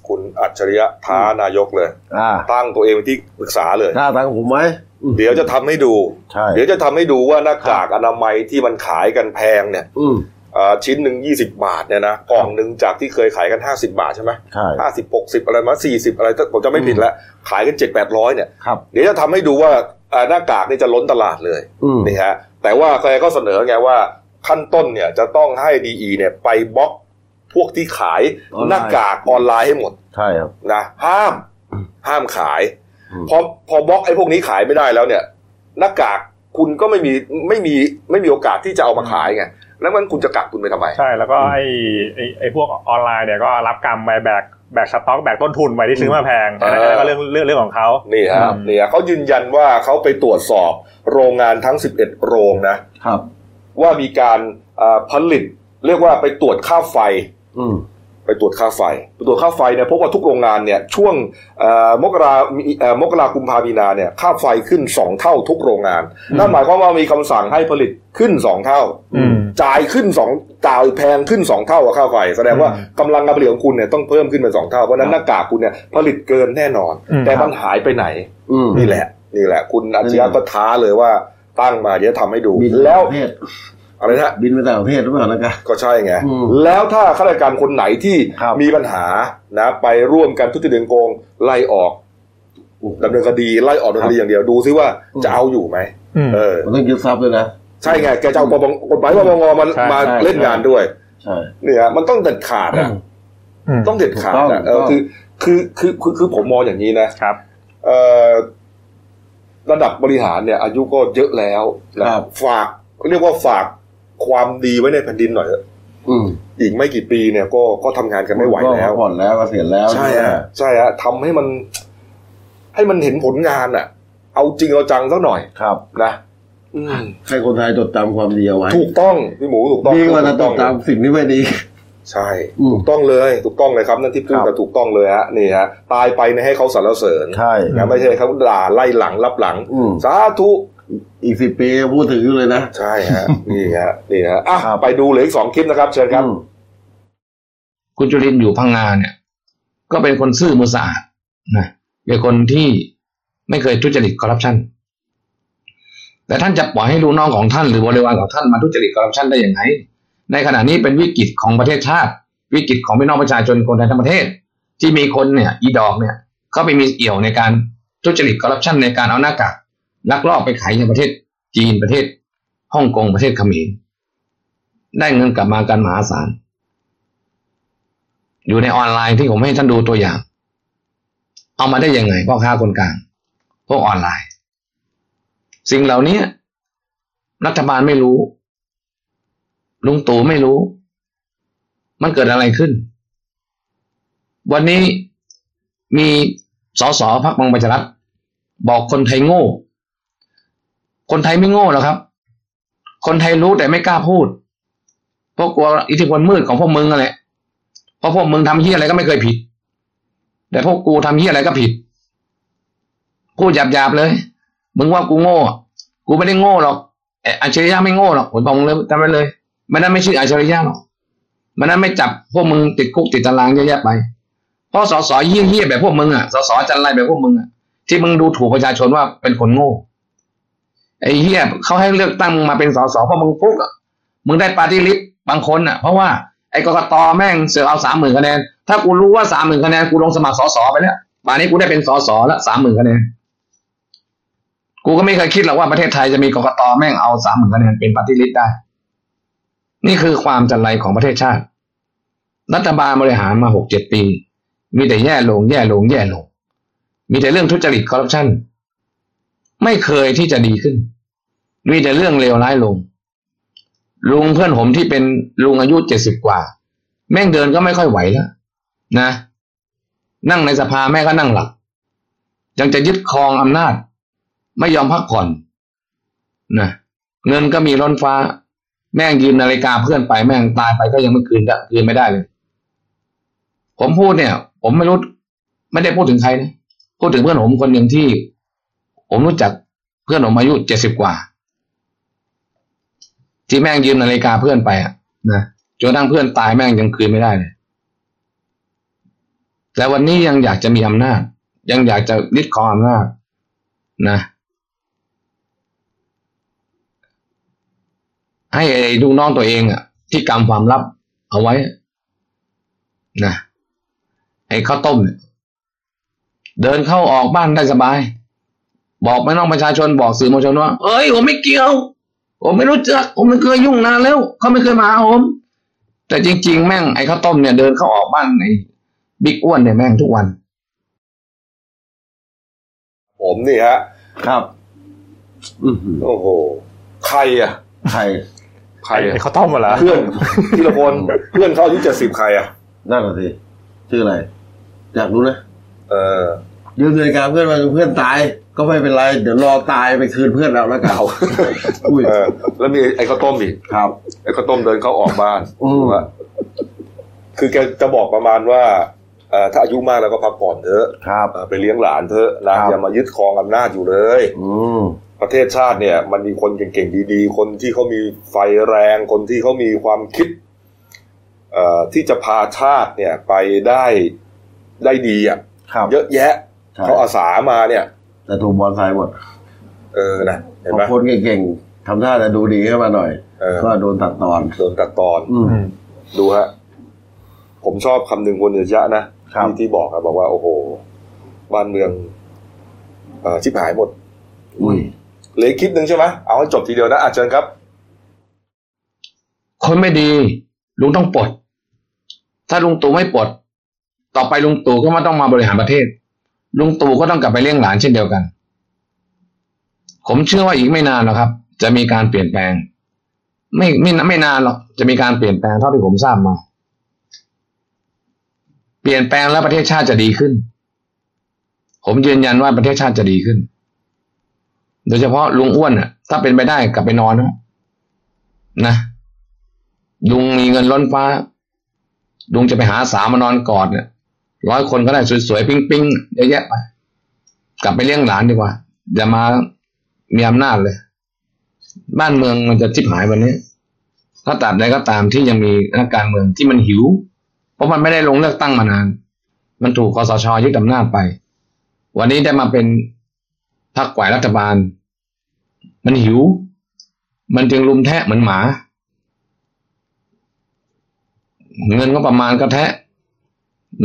S1: คุณอัจฉริยะท้านายกเลย
S2: อ่า
S1: ตั้งตัวเองเป็นที่ปรึกษาเลย
S2: กล้าตังผมไหมอืม
S1: เดี๋ยวจะทำให้ดู
S2: ใช่
S1: เดี๋ยวจะทำให้ดูว่าหน้ากากอนามัยที่มันขายกันแพงเนี่ย
S2: อืม
S1: เอ่อชิ้นหนึ่งยี่สิบาทเนี่ยนะกล่องหนึ่งจากที่เคยขายกันห้าสิบาทใช่ไหม
S2: ใช่
S1: ห้าสิบหกสิบอะไรมาสี่สิบอะไรถ้าผมจะไม่ผิดละขายกันเจ็ดแปดร้อยเนี่ย
S2: ครับ
S1: เดี๋ยวจะทำให้ดูว่าเอ่อหน้ากากนี่จะล้นตลาดเลย
S2: อืม
S1: นี่ฮะแต่ว่าแกก็เสนอไงว่าขั้นต้นเนี่ยจะต้องให้ดีเนี่ยไปบล็อกพวกที่ขาย
S2: ออนไลน์
S1: หน้ากากออนไลน์ให้หมด
S2: ใช่ครับ
S1: นะห้ามห้ามขาย
S2: อืม
S1: พอพอบล็อกไอ้พวกนี้ขายไม่ได้แล้วเนี่ยหน้ากากคุณก็ไม่มีไม่มีไม่มีโอกาสที่จะเอามาขายไงแล้วมันคุณจะกักคุณไปทำไม
S3: ใช่แล้วก็ไอ้ไอ้ไอ้พวกออนไลน์เนี่ยก็รับกรรมไปแบกแบกสต็อกแบกต้นทุนไปที่ซื้อมาแพง
S1: เออ
S3: แต่นั้นก็เรื่องเรื่องเรื่องของเขา
S1: นี่ฮะนี่ฮะเขายืนยันว่าเขาไปตรวจสอบโรงงานทั้ง 11 โรงนะ
S2: ครับ
S1: ว่ามีการเอ่อผลิต เรียกว่าไปตรวจค่าไฟ
S2: อืม
S1: ไปตรวจค่าไฟไปตรวจค่าไฟเนี่ยพบว่าทุกโรงงานเนี่ยช่วงเอ่อมกรามีเอ่อมกรากุมภาพีนาเนี่ยค่าไฟขึ้น 2 เท่าทุกโรงงาน นั่นหมายความว่ามีคำสั่งให้ผลิตขึ้น 2 เท่า
S3: อืม
S1: จ่ายขึ้นสองจ่ายแพงขึ้นสองเท่ากับค่าไฟ แสดงว่า
S3: อืม
S1: กำลังการผลิตของคุณเนี่ยต้องเพิ่มขึ้นเป็นสองเท่าเพราะฉะนั้นหน้ากากคุณเนี่ยผลิตเกินแน่นอน
S3: อืม
S1: แต่มันหายไปไหน
S2: อืม
S1: นี่แหละ นี่แหละ คุณอาชียะก็ท้าเลยว่าตั้งมาเดี๋ยวทำให้ดู
S2: บิน
S1: แล้
S2: แล้ว วประเทศ
S1: อะไรนะฮะ
S2: บินไปต่างประเทศหรือเปล่านะกะ
S1: ก็ใช่ไง
S2: อืม
S1: แล้วถ้าข้าราชการคนไหนที่
S2: ครับ
S1: มีปัญหานะไปร่วมกันทุจริตโกงไล่ออก
S2: โอ้โห
S1: ดำเนินคดีไล่ออกดำเนินคดีอย่างเดียวดูซิว่า
S2: อืม
S1: จะเอาอยู่ไหม
S3: อืม
S1: เออ
S2: มันต้องยึดทรัพย์เลยนะ
S1: ใช่ไง แกจะเอาปปงกฎหมายปปงมา
S3: ใช่
S1: มา
S2: ใช่
S1: เล่นงานด้วย
S2: ใช่
S1: เนี่ยมันต้องเด็ดขาดอะ
S3: อืม
S1: ต้องเด็ดขาด
S2: ถูกต้
S1: อะ
S2: อง
S1: เออ
S2: ถู
S1: คือก
S2: ต้อง
S1: คือคือคือคือผมมองอย่างนี้นะครับ เอ่อระดับบริหารเนี่ย อายุก็เยอะแล้วนะครับ ฝากเรียกว่าฝากความดีไว้ในแผ่นดินหน่อยเถอะ
S2: อืม
S1: อีกไม่กี่ปีเนี่ย ก็ก็ทำงานกันไม่ไหวแล้ว
S2: ผ่อนแล้วเกษียณแล้ว
S1: ใช่
S2: ไหม
S1: ฮะใช่ฮะทำให้มัน ให้มันเห็นผลงานอ่ะ เอาจริงเอาจังสักหน่อย
S2: ครับ
S1: นะอืม
S2: ให้คนไทยจดจำความดีเอาไว้
S1: ถูกต้องพี่หมูถูกต้อง
S2: ดีกว่าจะจ
S1: ถูก
S2: ด
S1: ต้อง
S2: จำสิ่งที่ไม่ดี
S1: ใช่
S2: อืม
S1: ถูกต้องเลย ถูกต้องเลยครับ นั่นที่พูด
S2: ครับ
S1: แต่ถูกต้องเลยฮะนี่ฮะตายไปเนี่ยให้เขาสรรเสริญ
S2: ใช่
S1: นะไม่ใช่เขาด่าไล่หลังรับหลัง
S2: อืม
S1: สาธุ
S2: อีกสิบปีพูดถึงอยู่เลยนะ
S1: ใช่ฮะ นี่ฮะนี่ฮะอ่ะ
S2: ครับ
S1: ไปดูเหลืออีกสองคลิปนะครับ เชิญครับ
S2: อืม
S4: คุณจุลินอยู่พังงาเนี่ย ก็เป็นคนซื่อมือสะอาดนะเป็นคนที่ไม่เคยทุจริตคอร์รัปชันแต่ท่านจะปล่อยให้ลูกน้องของท่านหรือบริวารของท่านมาทุจริตคอร์รัปชันได้อย่างไรในขณะนี้เป็นวิกฤตของประเทศชาติ วิกฤตของพี่น้องประชาชนคนไทยทั้งประเทศ ที่มีคนเนี่ย อีดอกเนี่ย เขาไปมีเอี่ยวในการทุจริตคอร์รัปชันในการเอาหน้ากากลักลอบไปขายในประเทศ จีนประเทศฮ่องกงประเทศเขมรได้เงินกลับมากันมหาศาล อยู่ในออนไลน์ที่ผมให้ท่านดูตัวอย่าง เอามาได้ยังไงพ่อค้าคนกลางพวกออนไลน์ สิ่งเหล่านี้รัฐบาลไม่รู้ ลุงตู่ไม่รู้ มันเกิดอะไรขึ้น วันนี้มีสสพักมังประชารัฐบอกคนไทยโง่ คนไทยไม่โง่หรอกครับ คนไทยรู้แต่ไม่กล้าพูด เพราะกลัวอิทธิพลมืดของพวกมึงนั่นแหละ เพราะพวกมึงทำเฮี้ยอะไรก็ไม่เคยผิด แต่พวกกูทำเฮี้ยอะไรก็ผิด พูดหยาบๆเลย มึงว่ากูโง่อะกูไม่ได้โง่หรอกเอ่ออัจฉริยะไม่โง่หรอกผมบอกมึงเลยจำไว้เลย มันนั้นไม่ชื่ออัจฉริยะหรอก มันนั้นไม่จับพวกมึงติดคุกติดตารางเยอะแยะไป เพราะสสเยี่ยๆแบบพวกมึงอ่ะ สสจันไรแบบพวกมึงอ่ะ ที่มึงดูถูกประชาชนว่าเป็นคนโง่ ไอ้เหี้ยเขาให้เลือกตั้งมึงมาเป็นสสเพราะมึงฟุกอ่ะ มึงได้ปาร์ตี้ลิสต์บางคนอ่ะ เพราะว่าไอ้กกตแม่งเสือกเอาสามหมื่นคะแนน ถ้ากูรู้ว่าสามหมื่นคะแนนกูลงสมัครสสไปแล้วป่านนี้กูได้เป็นสสแล้วสามหมื่นคะแนน กูก็ไม่เคยคิดหรอกว่าประเทศไทยจะมีกกตแม่งเอาสามหมื่นคะแนนเป็นปาร์ตี้ลิสต์ได้ นี่คือความจันไรของประเทศชาติ รัฐบาลบริหารมาหกเจ็ดปี มีแต่แย่ลงแย่ลงแย่ลง มีแต่เรื่องทุจริตคอร์รัปชันไม่เคยที่จะดีขึ้น มีแต่เรื่องเลวร้ายลง ลุงเพื่อนผมที่เป็นลุงอายุเจ็ดสิบกว่า แม่งเดินก็ไม่ค่อยไหวแล้วนะ นั่งในสภาแม่ก็นั่งหลับ ยังจะยึดครองอำนาจ ไม่ยอมพักผ่อนนะเงินก็มีล้นฟ้า แม่งยืมนาฬิกาเพื่อนไปแม่งตายไปก็ยังไม่คืนได้คืนไม่ได้เลย ผมพูดเนี่ย ผมไม่รู้ไม่ได้พูดถึงใครนะ พูดถึงเพื่อนผมคนหนึ่งที่ ผมรู้จักเพื่อนผมอายุเจ็ดสิบกว่า ที่แม่งยืมนาฬิกาเพื่อนไปอะนะจนกระทั้งเพื่อนตายแม่งยังคืนไม่ได้เลยแต่วันนี้ยังอยากจะมีอำนาจ ยังอยากจะยึดครองอำนาจนะ ให้ไอ้ลูกน้องตัวเองอะที่กำความลับเอาไว้อะนะไอ้ข้าวต้มเนี่ย เดินเข้าออกบ้านได้สบาย บอกไม่ต้องประชาชนบอกสื่อมวลชนว่า เอ้ย ผมไม่เกี่ยว ผมไม่รู้จัก ผมไม่เคยยุ่งนานแล้ว เขาไม่เคยมาหาผม แต่จริง ๆ แม่งไอ้ข้าวต้มเนี่ยเดินเข้าออกบ้านไอ้บิ๊กอ้วนเนี่ยแม่งทุกวัน
S1: ผมนี่ฮะ
S2: ครับอื้อหือ
S1: โอ้โหใครอ่ะ
S2: ใคร
S1: ใครอะ
S3: ไอ้เขาวต้มมาแล้ว
S1: เพื่อนธีรพลเพื่อนเขาอายุเจ็ดสิบใครอ่ะ
S2: นั่นแหละสิชื่ออะไร อยากรู้นะ
S1: เออ
S2: ยืมนาฬิกาเพื่อนมาเพื่อนตาย ก็ไม่เป็นไร เดี๋ยวรอตายไปคืนเพื่อนเราแล้วกันอุ้ย
S1: เออ แล้วมีไอ้ข้าวต้มอีก
S2: ครับ
S1: ไอ้ข้าวต้มเดินเข้าออกบ้าน
S2: อืม
S1: ว่าคือแกจะบอกประมาณว่าเอ่อถ้าอายุมากแล้วก็พักผ่อนเถอะ
S2: ครับ
S1: เอ่อไปเลี้ยงหลานเถอะนะครับ อย่ามายึดครองอำนาจอยู่เลย
S2: อืม
S1: ประเทศชาติเนี่ย มันมีคนเก่งๆดีๆ คนที่เขามีไฟแรง คนที่เขามีความคิดเอ่อที่จะพาชาติเนี่ยไปได้ได้ดีอ่ะ
S2: ครับ
S1: เยอะแยะ
S2: ใช่
S1: เขาอาสามาเนี่ย
S2: แต่ถูกบอลทรายหมด
S1: เออนะเห็น
S2: พอ
S1: ไหม
S2: คนเก่งๆทำท่าจะดูดีขึ้นมาหน่อย
S1: เออ
S2: ก็โดนตัดตอน
S1: โดนตัดตอน
S2: อืม
S3: อืม
S1: ดูฮะ ผมชอบคำหนึ่งคนเยอะนะครับ ที่ที่บอกอะบอกว่า โอ้โห บ้านเมืองเอ่อชิบหายหมด
S2: อุ้ย
S1: เหลืออกคลิปหนึ่งใช่ไหมเอาให้จบทีเดียวนะอาจารย์ครับ
S4: คนไม่ดี ลุงต้องปลด ถ้าลุงตู่ไม่ปลด ต่อไปลุงตู่ก็ไม่ต้องมาบริหารประเทศ ลุงตู่ก็ต้องกลับไปเลี้ยงหลานเช่นเดียวกัน ผมเชื่อว่าอีกไม่นานหรอกครับ จะมีการเปลี่ยนแปลง ไม่ไม่ไม่นานหรอกจะมีการเปลี่ยนแปลงเท่าที่ผมทราบมา เปลี่ยนแปลงแล้วประเทศชาติจะดีขึ้น ผมยืนยันว่าประเทศชาติจะดีขึ้น โดยเฉพาะลุงอ้วนอ่ะ ถ้าเป็นไปได้กลับไปนอนนะนะ ลุงมีเงินล้นฟ้า ลุงจะไปหาสาวมานอนกอดเนี่ยร้อยคนก็ได้สวยๆ ปิ๊งๆเยอะแยะไป กลับไปเลี้ยงหลานดีกว่า อย่ามามีอำนาจเลย บ้านเมืองมันจะทิบหายวันนี้ ถ้าตราบใดก็ตามที่ยังมีนักการเมืองที่มันหิว ราะมันไม่ได้ลงเลือกตั้งมานาน มันถูกคอสชยึดอำนาจไป วันนี้ได้มาเป็นพรรคฝ่ายรัฐบาล มันหิว มันจึงลุมแทะเหมือนหมา เงินก็ประมาณก็แทะ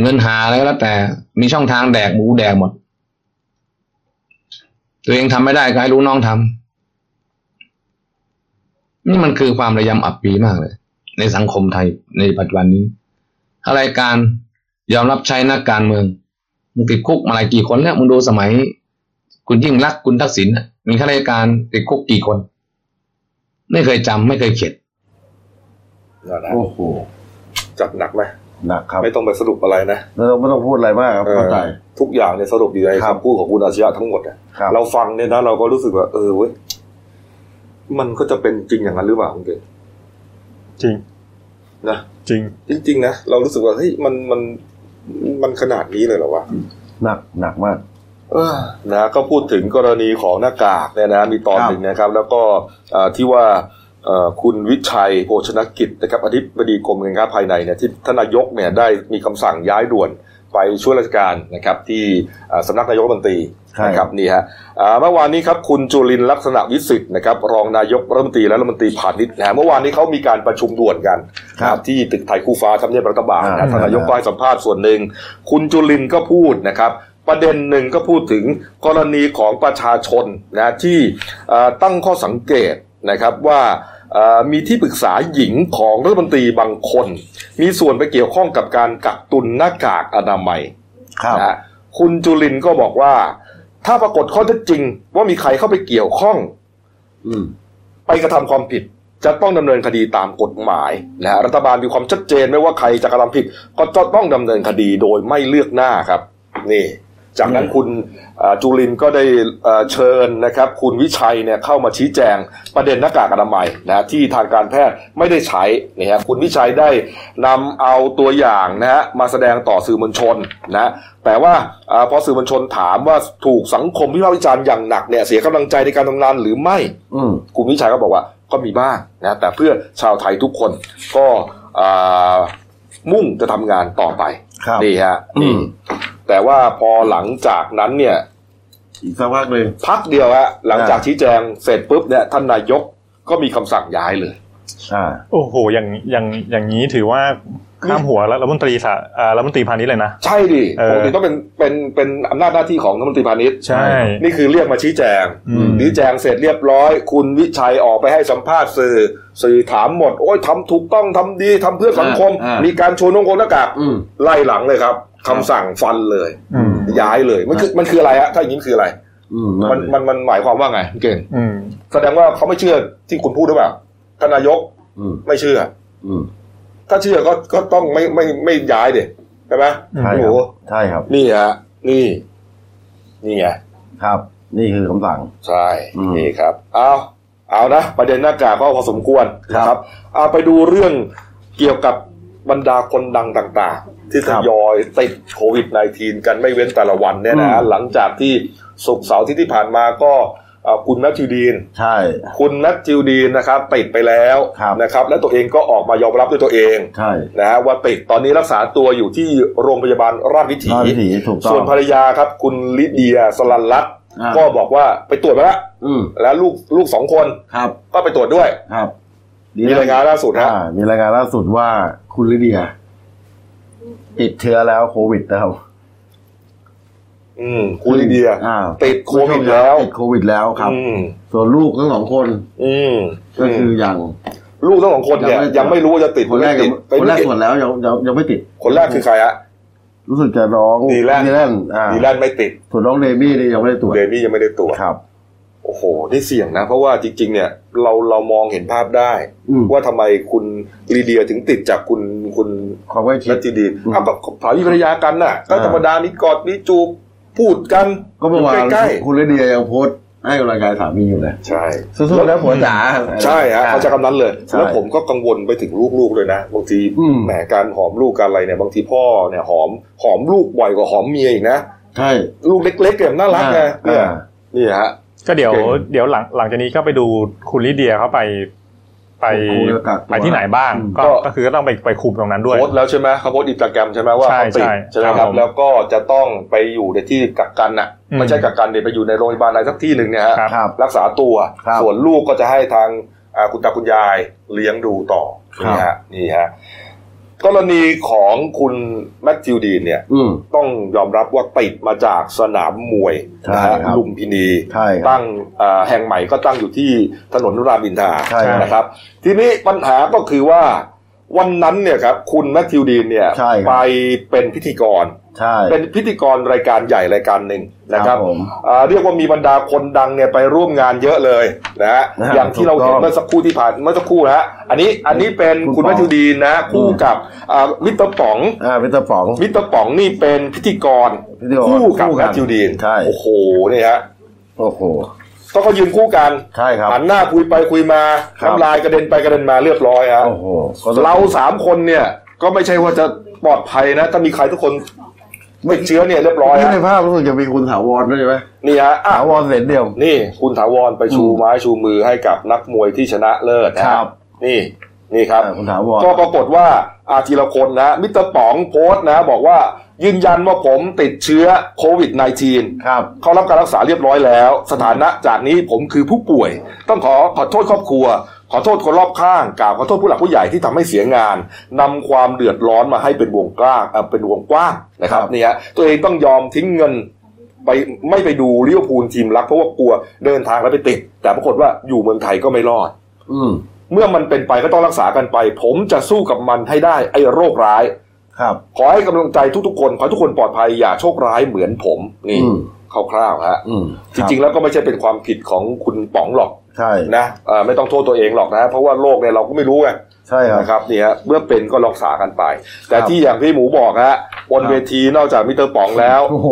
S4: เงินหาอะไรก็แล้วแต่ มีช่องทางแดกหมูแดกหมด ตัวเองทำไม่ได้ก็ให้รู้น้องทำนี่มันคือความระยำอับปีมากเลย ในสังคมไทยในปัจจุบันนี้อะไรการยอมรับใช้นักการเมืองมึงติดคุกมาหลายกี่คนแล้วมึงดูสมัย คุณยิ่งรักษณ์คุณทักษิณน่ะมีข้าราชการติดคุกกี่คน ไม่เคยจำไม่เคยเข็ด
S1: นั่นนะ
S2: โอ้โห
S1: จัดหนักไหม
S2: หนักครับ
S1: ไม่ต้องไปสรุปอะไรนะ
S2: ไม่ต้องไม่ต้องพูดอะไรมากครับ
S1: เออ
S2: เข้าใจ
S1: ทุกอย่างเนี่ยสรุปอยู่ใน
S2: ครับ
S1: คำพูดของคุณอาชญะทั้งหมดอะ
S2: ครับ
S1: เราฟังเนี่ยนะเราก็รู้สึกว่า เออเว้ยมันก็จะเป็นจริงอย่างนั้นหรือเปล่าคุณเกศ
S3: จริง
S1: นะ
S3: จริง
S1: จริงๆนะเรารู้สึกว่าเฮ้ยมันมันมันขนาดนี้เลยเหรอวะ
S2: หนักหนักมาก
S1: เออนะก็พูดถึงกรณีของหน้ากากเนี่ยนะมีตอน
S2: ครับ
S1: หนึ่งนะครับ แล้วก็อ่าที่ว่าเอ่อคุณวิชัยโภชนกิจนะครับอธิบดีกรมการค้าภายในเนี่ยที่ทานนายกเนี่ยได้มีคำสั่งย้ายด่วนไปช่วยราชการนะครับ ที่อ่าสำนักนายกรัฐมนตรี
S2: ใช่
S1: นะครับนี่ฮะอ่าเมื่อวานนี้ครับคุณจุลินทร์ลักษณะวิสิทธิ์นะครับรองนายกรัฐมนตรีและรัฐมนตรีพาณิชย์นะฮะเมื่อวานนี้เขามีการประชุมด่วนกัน
S2: ครับ
S1: นะที่ตึกไทยคู่ฟ้าทำเนียบรัฐบาลนะ
S2: อ่า
S1: ท่านนายกก็ให้สัมภาษณ์ส่วนหนึ่ง คุณจุลินทร์ก็พูดนะครับ ประเด็นหนึ่งก็พูดถึงกรณีของประชาชนนะที่เอ่อตั้งข้อสังเกตนะครับว่าเอ่อมีที่ปรึกษาหญิงของรัฐมนตรีบางคน มีส่วนไปเกี่ยวข้องกับการกักตุนหน้ากากอนามัย
S2: ครับ
S1: นะฮะคุณจุลินก็บอกว่า ถ้าปรากฏข้อเท็จจริง ว่ามีใครเข้าไปเกี่ยวข้อง
S2: อืม
S1: ไปกระทำความผิด จะต้องดำเนินคดีตามกฎหมายนะฮะรัฐบาลมีความชัดเจนไม่ว่าใครจะกระทำผิด ก็จะต้องดำเนินคดีโดยไม่เลือกหน้าครับ นี่ จากนั้นคุณเอ่อจุลินก็ได้เอ่อเชิญนะครับ คุณวิชัยเนี่ยเข้ามาชี้แจงประเด็นหน้ากากอนามัยนะฮะที่ทางการแพทย์ไม่ได้ใช้นะฮะคุณวิชัยได้นำเอาตัวอย่างนะฮะมาแสดงต่อสื่อมวลชนนะฮะแต่ว่าเออพอสื่อมวลชนถามว่าถูกสังคมวิพากษ์วิจารณ์อย่างหนักเนี่ยเสียกำลังใจในการทำงานหรือไม่
S2: อืม
S1: คุณวิชัยก็บอกว่าก็มีบ้างนะแต่เพื่อชาวไทยทุกคนก็อ่ามุ่งจะทำงานต่อไป
S2: ครับ
S1: นี่ฮะ
S2: อื
S1: นี่
S2: ม
S1: แต่ว่าพอหลังจากนั้นเนี่ย
S2: อีกสักพักหนึ่ง
S1: พักเดียวฮะหลังจาก
S2: อ่า
S1: ชี้แจงเสร็จปุ๊บเนี่ยท่านนายกก็มีคำสั่งย้ายเลย
S2: อ่า
S3: โอ้โห อย่างอย่างอย่างนี้ถือว่าข้ามหัวแล้วรัฐมนตรีสาอ่ารัฐมนตรีพาณิชย์เลยนะ
S1: ใช่ดิ
S3: เอ
S1: ป
S3: อ
S1: กติต้องเป็นเป็นเป็นอำนาจหน้าที่ของรัฐมนตรีพาณิชย์
S3: ใช่
S1: นี่คือเรียกมาชี้แจง
S3: อืม
S1: ชี้แจงเสร็จเรียบร้อย คุณวิชัยออกไปให้สัมภาษณ์สื่อ สื่อถามหมด โอ้ยทำถูกต้องทำดีทำเพื่อสังคม
S2: อ่าอ่ามี
S1: มีการโชว์นงโกนหน้ากาก
S2: อืม
S1: ไล่หลังเลยครับคำสั่งฟันเลย
S3: อืม
S1: ย้ายเลยมันคือมันคืออะไรฮะถ้าอย่างนี้มันคืออะไร
S2: อืม
S1: มันมันมันหมายความว่าไงเก่ง
S3: อืม
S1: แสดงว่าเขาไม่เชื่อที่คุณพูดหรือเปล่าท่านนายก
S2: อืม
S1: ไม่เชื่อ
S2: อืม
S1: ถ้าเชื่อก็ก็ต้องไม่ไม่ไม่ย้ายเด็ใช่ไหม
S2: ใช่
S1: โอ้
S2: ค
S1: โห
S2: รับใช่ครับ
S1: นี่ฮะนี่ นี่ไง
S2: ครับ นี่คือคำสั่ง
S1: ใช่
S2: อืม
S1: นี่ครับเอาเอานะประเด็นหน้ากากก็พอสมควร
S2: ครับ
S1: นะครับเอาไปดูเรื่องเกี่ยวกับบรรดาคนดังต่างๆ ที่ท
S2: ครับ
S1: ยอยติดโควิด -19 กันไม่เว้นแต่ละวันเนี่ยนะ
S2: อืม
S1: หลังจากที่สุกร์เสาร์อาที่ที่ผ่านมาก็เอ่อคุณแมทธิวดีน
S2: ใช่
S1: คุณแมทธิวดีนนะครับติดไปแล้ว
S2: ครับ
S1: นะครับ และตัวเองก็ออกมายอมรับด้วยตัวเอง
S2: ใช่
S1: นะฮะว่าติดตอนนี้รักษาตัวอยู่ที่โรงพยาบาลราชวิถี
S2: ตามวิถีถูกต้อ
S1: ส่ว
S2: ง
S1: นภรรยาครับคุณลิเดียสลันรัตน์
S2: อ่า
S1: ก็บอกว่าไปตรวจมาแล้ว
S2: อืม
S1: และลูกลูกสองคน
S2: ครับ
S1: ก็ไปตรวจด้วย
S2: ครับ
S1: มีรายงานล่าสุดฮะ
S2: อ่ามีรายงานล่าสุดว่าคุณลิเดีย ติดเชื้อแล้วโควิดนะครับ
S1: อืมคุณลิเดีย
S2: อ่า
S1: ติดโควิดแล้ว
S2: ติดโควิดแล้วครับ
S1: อืม
S2: ส่วนลูกทั้งสองคน
S1: อืม
S2: ก็คืออย่าง
S1: ลูกทั้งสองคนเนี่ย
S2: ยั
S1: ยัง
S2: งไม่
S1: ไม่รู้ว่าจะติดห
S2: ค
S1: รื
S2: น
S1: อ
S2: แรก
S1: ไม่
S2: ยั
S1: ติ
S2: ง
S1: ดไป
S2: คนแร
S1: ไม่
S2: ก
S1: ติด
S2: ตรวจแล้วยังยังยังไม่ติด
S1: คนแรกคือใครฮะ
S2: รู้สึกจะน้อง
S1: ดีแลนด์
S2: ดีแลนด์อ่า
S1: ดีแลนด์ไม่ติด
S2: ส่วนน้องเดมี่เนี่ยยังไม่ได้ตรวจ
S1: เดมี่ยังไม่ได้ตรวจ
S2: ครับ
S1: โอ้โหนี่เสี่ยงนะ เพราะว่าจริง ๆ เนี่ยเราเรามองเห็นภาพได้
S2: อืม
S1: ว่าทำไมคุณลีเดียถึงติดจากคุณคุณ
S2: ความใกล้ชิ
S1: นั
S2: ด
S1: ดจีดีน
S2: อืม
S1: เอาก็สามีภรรยากันน่ะ ก็
S2: อ่า
S1: ธรรมดามีกอดมีจูบพูดกัน
S2: ก็เมื่อวาน
S1: ใกล้
S2: คุณลิเดียยังโพสต์ให้กำลังใจสามีอยู่เลย
S1: ๆใช่
S2: สู้ๆแล้วผัวจ๋า
S1: ใช่ฮะเขาจะกำนั้นเลย
S2: ใช่
S1: แล้วผมก็กังวลไปถึงลูกๆเลยนะ บางที
S2: อืม
S1: แหมการหอมลูกการอะไรเนี่ย บางทีพ่อเนี่ยหอมหอมลูกบ่อยกว่าหอมเมียอีกนะ
S2: ใช่
S1: ลูกเล็กๆเนี่ยน่ารักไง
S2: อ่า
S1: เนี่ย
S2: อ่า
S1: นี่ฮะ
S3: ก็เดี๋ยว
S1: เก่ง
S3: เดี๋ยวหลังหลังจากนี้ก็ไปดูคุณลิเดียเข้าไป ไป
S2: คุมแล้วกักตัว
S3: ไปที่ไหนบ้าง
S2: อืม
S3: ก็
S1: ก็
S3: ก็คือก็ต้องไปไปคุมตรงนั้นด้วย
S1: โพสต์แล้วใช่ไหมเขาโพสอินสตาแกรมใช่ไหมว่า
S3: ใช่
S1: เขาติด
S3: ใช่
S1: ใช่ไหม
S3: ค
S1: ค
S3: รั
S1: รั
S3: บบ ผม
S1: แล้วก็จะต้องไปอยู่ในที่กักกันน่ะ
S3: อืม
S1: ไม่ใช่กักกันเดี๋ยวไปอยู่ในโรงพยาบาลอะไรสักที่หนึ่งเนี่ยฮะ
S3: ครับ
S2: ครับ
S1: รักษาตัว
S2: ครับ
S1: ส่วนลูกก็จะให้ทางอ่าคุณตาคุณยายเลี้ยงดูต่อ
S2: ครับ
S1: นี่ฮะนี่ฮะกรณีของคุณแมทธิวดีนเนี่ย
S2: อืม
S1: ต้องยอมรับว่าติดมาจากสนามมวย
S2: ใช่
S1: นะฮะ
S2: ครับ
S1: ลุมพินี
S2: ใช่ครับ
S1: ตั้งเอ่อแห่งใหม่ก็ตั้งอยู่ที่ถนนรามอินทรา
S2: ใช่ครับ
S1: นะครับ ทีนี้ปัญหาก็คือว่าวันนั้นเนี่ยครับคุณแมทธิวดีนเนี่ย
S2: ใช่ครับ
S1: ไปเป็นพิธีกร
S2: ใช่
S1: เป็นพิธีกรรายการใหญ่รายการหนึ่งนะครับ
S2: ผม
S1: เอ่อเรียกว่ามีบรรดาคนดังเนี่ยไปร่วมงานเยอะเลยนะฮะ
S2: นะฮะ
S1: อย่างที่เราเห็น
S2: ถูกต้อง
S1: เมื่อสักครู่ที่ผ่านเมื่อสักครู่นะฮะอันนี้อันนี้เป็น
S2: คุ
S1: คุณ
S2: ณ
S1: แมท
S2: ป๋อง
S1: ธิวดีนนะคู่กับเอ่อมิสเตอร์ป๋อง
S2: อ่าเป็นตะป๋อง
S1: มิสเตอร์ป๋องนี่เป็นพิธีกร
S2: พิธีกร
S1: คู่กับ
S2: คู่
S1: แม
S2: กัน
S1: ทธิวดีน
S2: ใช่
S1: โอ้โหนี่ฮะ
S2: โอ้โห
S1: ต้องก็ยืนคู่กัน
S2: ใช่ครับ
S1: หันหน้าคุยไปคุยมา
S2: ครับ
S1: น้ำลายกระเด็นไปกระเด็นมาเรียบร้อยฮะ
S2: โอ้โหก็ต้อง
S1: เราสามคนเนี่ยก็ไม่ใช่ว่าจะปลอดภัยนะ ถ้ามีใครทุกคนไม่เชื้อเนี่ยเรียบร้อย
S2: ที่
S1: ฮะ
S2: ในภาพรู้สึกจะมีคุณถาวรด้วยใช่ไหม
S1: นี่ฮะอ่ะ
S2: ถาวรเสร็จเดียว
S1: นี่คุณถาวรไปชู
S2: อืม
S1: ไม้ชูมือให้กับนักมวยที่ชนะเลิศนะฮะ
S2: ครับ
S1: นี่นี่ครับ
S2: อ่าคุณถาวร
S1: ก็ปรากฏว่าอาทีละคนนะ มิสเตอร์ป๋องโพสต์นะ บอกว่ายืนยันว่าผมติดเชื้อโควิด -19
S2: ครับ
S1: เข้ารับการรักษาเรียบร้อยแล้ว สถานะจากนี้ผมคือผู้ป่วย ต้องขอขอโทษครอบครัว ขอโทษคนรอบข้างกล่าวขอโทษผู้หลักผู้ใหญ่ที่ทำให้เสียงานนำความเดือดร้อนมาให้เป็นวงกว้างเอ่อเป็นวงกว้างนะครับ
S2: ครับ
S1: นี่ฮะตัวเองต้องยอมทิ้งเงิน ไปไม่ไปดูลิเวอร์พูลทีมรักเพราะว่ากลัวเดินทางแล้วไปติด แต่ปรากฏว่าอยู่เมืองไทยก็ไม่รอด
S2: อืม
S1: เมื่อมันเป็นไปก็ต้องรักษากันไป ผมจะสู้กับมันให้ได้ไอ้โรคร้าย
S2: ครับ
S1: ขอให้กำลังใจทุกๆคนขอให้ทุกคนปลอดภัยอย่าโชคร้ายเหมือนผมนี่
S2: อืม
S1: คร่าวๆฮะ
S2: อืม
S1: จริงๆ แล้วก็ไม่ใช่เป็นความผิดของคุณป๋องหรอก
S2: ใช่
S1: นะเอ่อไม่ต้องโทษตัวเองหรอกนะ เพราะว่าโลกเนี่ยเราก็ไม่รู้ไง
S2: ใช่ครับ
S1: นะครับเนี่ยเมื่อเป็นก็รักษากันไป แต่
S2: ครับ
S1: ที่อย่างพี่หมูบอกฮะบน
S2: ครับ
S1: เวทีนอกจากมิสเตอร์ป๋องแล้ว
S2: โอ้โห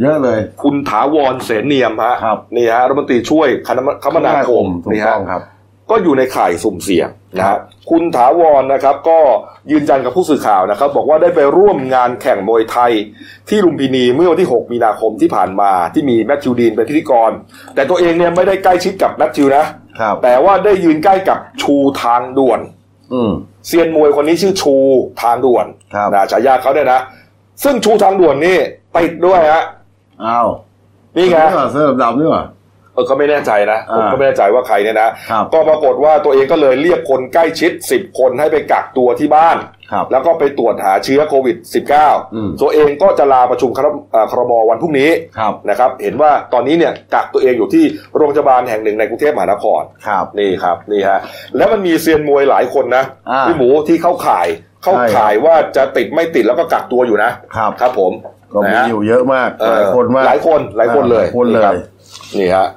S2: เยอะเลย
S1: คุณถาวรเสนเนียมฮะ
S2: ครับ
S1: นี่ฮะรัฐมนตรีช่วยคมนาคมนาคม
S2: ถูก
S1: นี่
S2: ต้
S1: ฮะ
S2: องครับ
S1: ก็อยู่ในข่ายสุ่มเสี่ยงนะ
S2: ครั
S1: ฮะ
S2: บ
S1: คุณถาวรนะครับก็ยืนยันกับผู้สื่อข่าวนะครับ บอกว่าได้ไปร่วมงานแข่งมวยไทย ที่ลุมพินีเมื่อวันที่ 6 มีนาคมที่ผ่านมาที่มีแมทธิวดีนเป็นพิธีกร แต่ตัวเองเนี่ยไม่ได้ใกล้ชิดกับแมทธิวนะ
S2: ครับ
S1: แต่ว่าได้ยืนใกล้กับชูทางด่วน
S2: อืม
S1: เซียนมวยคนนี้ชื่อชูทางด่วน
S2: ครับ
S1: นะฉายาเขาเนี่ยนะ ซึ่งชูทางด่วนนี่ติดด้วยฮะ
S2: อ้าว
S1: นี่ไง
S2: หว่าเสื้อดำๆนี่หว่า
S1: เออก็ไม่แน่ใจนะ
S2: อ่า
S1: ผมก็ไม่แน่ใจว่าใครเนี่ยนะครับ ก็ปรากฏว่าตัวเองก็เลยเรียกคนใกล้ชิด 10 คนให้ไปกักตัวที่บ้าน
S2: ครับ
S1: แล้วก็ไปตรวจหาเชื้อโควิด
S2: อืม
S1: -19 ตัวเองก็จะลาประชุมครมเอ่อครมวันพรุ่งนี้
S2: ครับ
S1: นะครับเห็นว่าตอนนี้เนี่ยกักตัวเองอยู่ที่โรงพยาบาลแห่งหนึ่งในกรุงเทพมหานคร
S2: ครับ
S1: นี่ครับนี่ฮะแล้วมันมีเซียนมวยหลายคนนะ
S2: อ่า
S1: พี่หมูที่เข้าข่ายเข้า
S2: ใช่
S1: ข่ายว่าจะติดไม่ติดแล้วก็กักตัวอยู่นะครับ ครับผม
S2: ก็มี
S1: นะฮะ
S2: อยู่เยอะมาก
S1: เอ่อ
S2: หลายคนมาก
S1: หลายคนหลายคนเลย
S2: อ่าคนเล
S1: รับ
S2: ย
S1: นี่ฮะ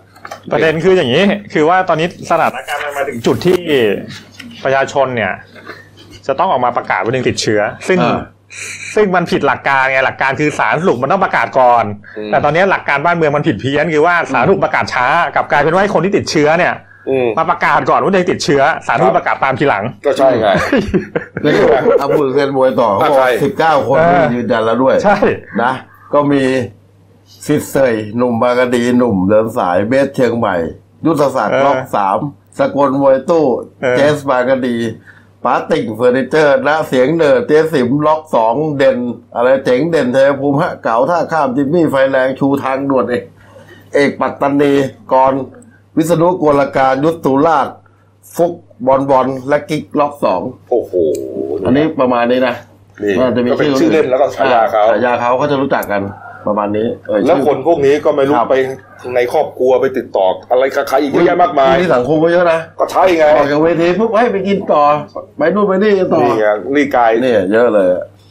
S3: ประเด็นคืออย่างนี้ คือว่าตอนนี้สถานการณ์มันมาถึงจุดที่ประชาชนเนี่ย จะต้องออกมาประกาศว่าตัวเองติดเชื้อ ซึ่ง
S2: อ่า
S3: ซึ่งมันผิดหลักการไงหลักการคือสาธารณสุขมันต้องประกาศก่อน แต่ตอนนี้หลักการบ้านเมืองมันผิดเพี้ยนคือว่าสาธารณสุขประกาศช้ากลับกลายเป็นว่าให้คนที่ติดเชื้อเนี่ย
S1: อืม
S3: มาประกาศก่อนว่าตัวเองติดเชื้อสาธารณสุขประกาศตามทีหลัง
S1: ก็ใช่ไง
S2: แล้วก็อาบุญเซียนมวยต่อเขาบอก
S1: ใช่
S2: สิบเก้าคน
S3: เออ
S2: ยืนยันแล้วด้วย
S3: ใช่
S2: นะ ก็มีซิดเซยหนุ่มบางกะดี หนุ่มเดินสายเบสเชียงใหม่ ยุทธศักดิ์
S3: เออ
S2: ล็อกสามสกลมวยตู้
S3: เออ
S2: เจสบางกะดีป้าติ่งเฟอร์นิเจอร์นะเสียงเนิร์ดเจสิมล็อกสองเด่น อะไรเจ๋งเด่นเทยภูมิฮะเก๋าท่าข้ามจิมมี่ไฟแรงชูทางด่วนเอกเอกปัตตานีกรวิษณุกวลการยุทธตุลาชฟุกบอลบอลและกิ๊กล็อกสอง
S1: โอ้โห
S2: อันนี้ประมาณนี้นะ
S1: นี่
S2: ว่าจะมี
S1: ก็เป็นชื่อเล่นแล้วก็ฉายาเขา
S2: อ่ฉายาเขาก็จะรู้จักกันประมาณนี้เออ
S1: แล้วคนพวกนี้ก็ไม่รู้
S2: ครับ
S1: ไปในครอบครัวไปติดต่ออะไรกับใครอีกเยอะแยะมากมาย
S2: ที่สังคมก็เยอะนะ
S1: ก็ใช่ไง
S2: ออกจากเวทีปุ๊บเฮ้ยไปกินต่อ ไปนู่นไปนี่กันต่อ
S1: นี่ไงนี่กาย
S2: เนี่ยเยอะเลย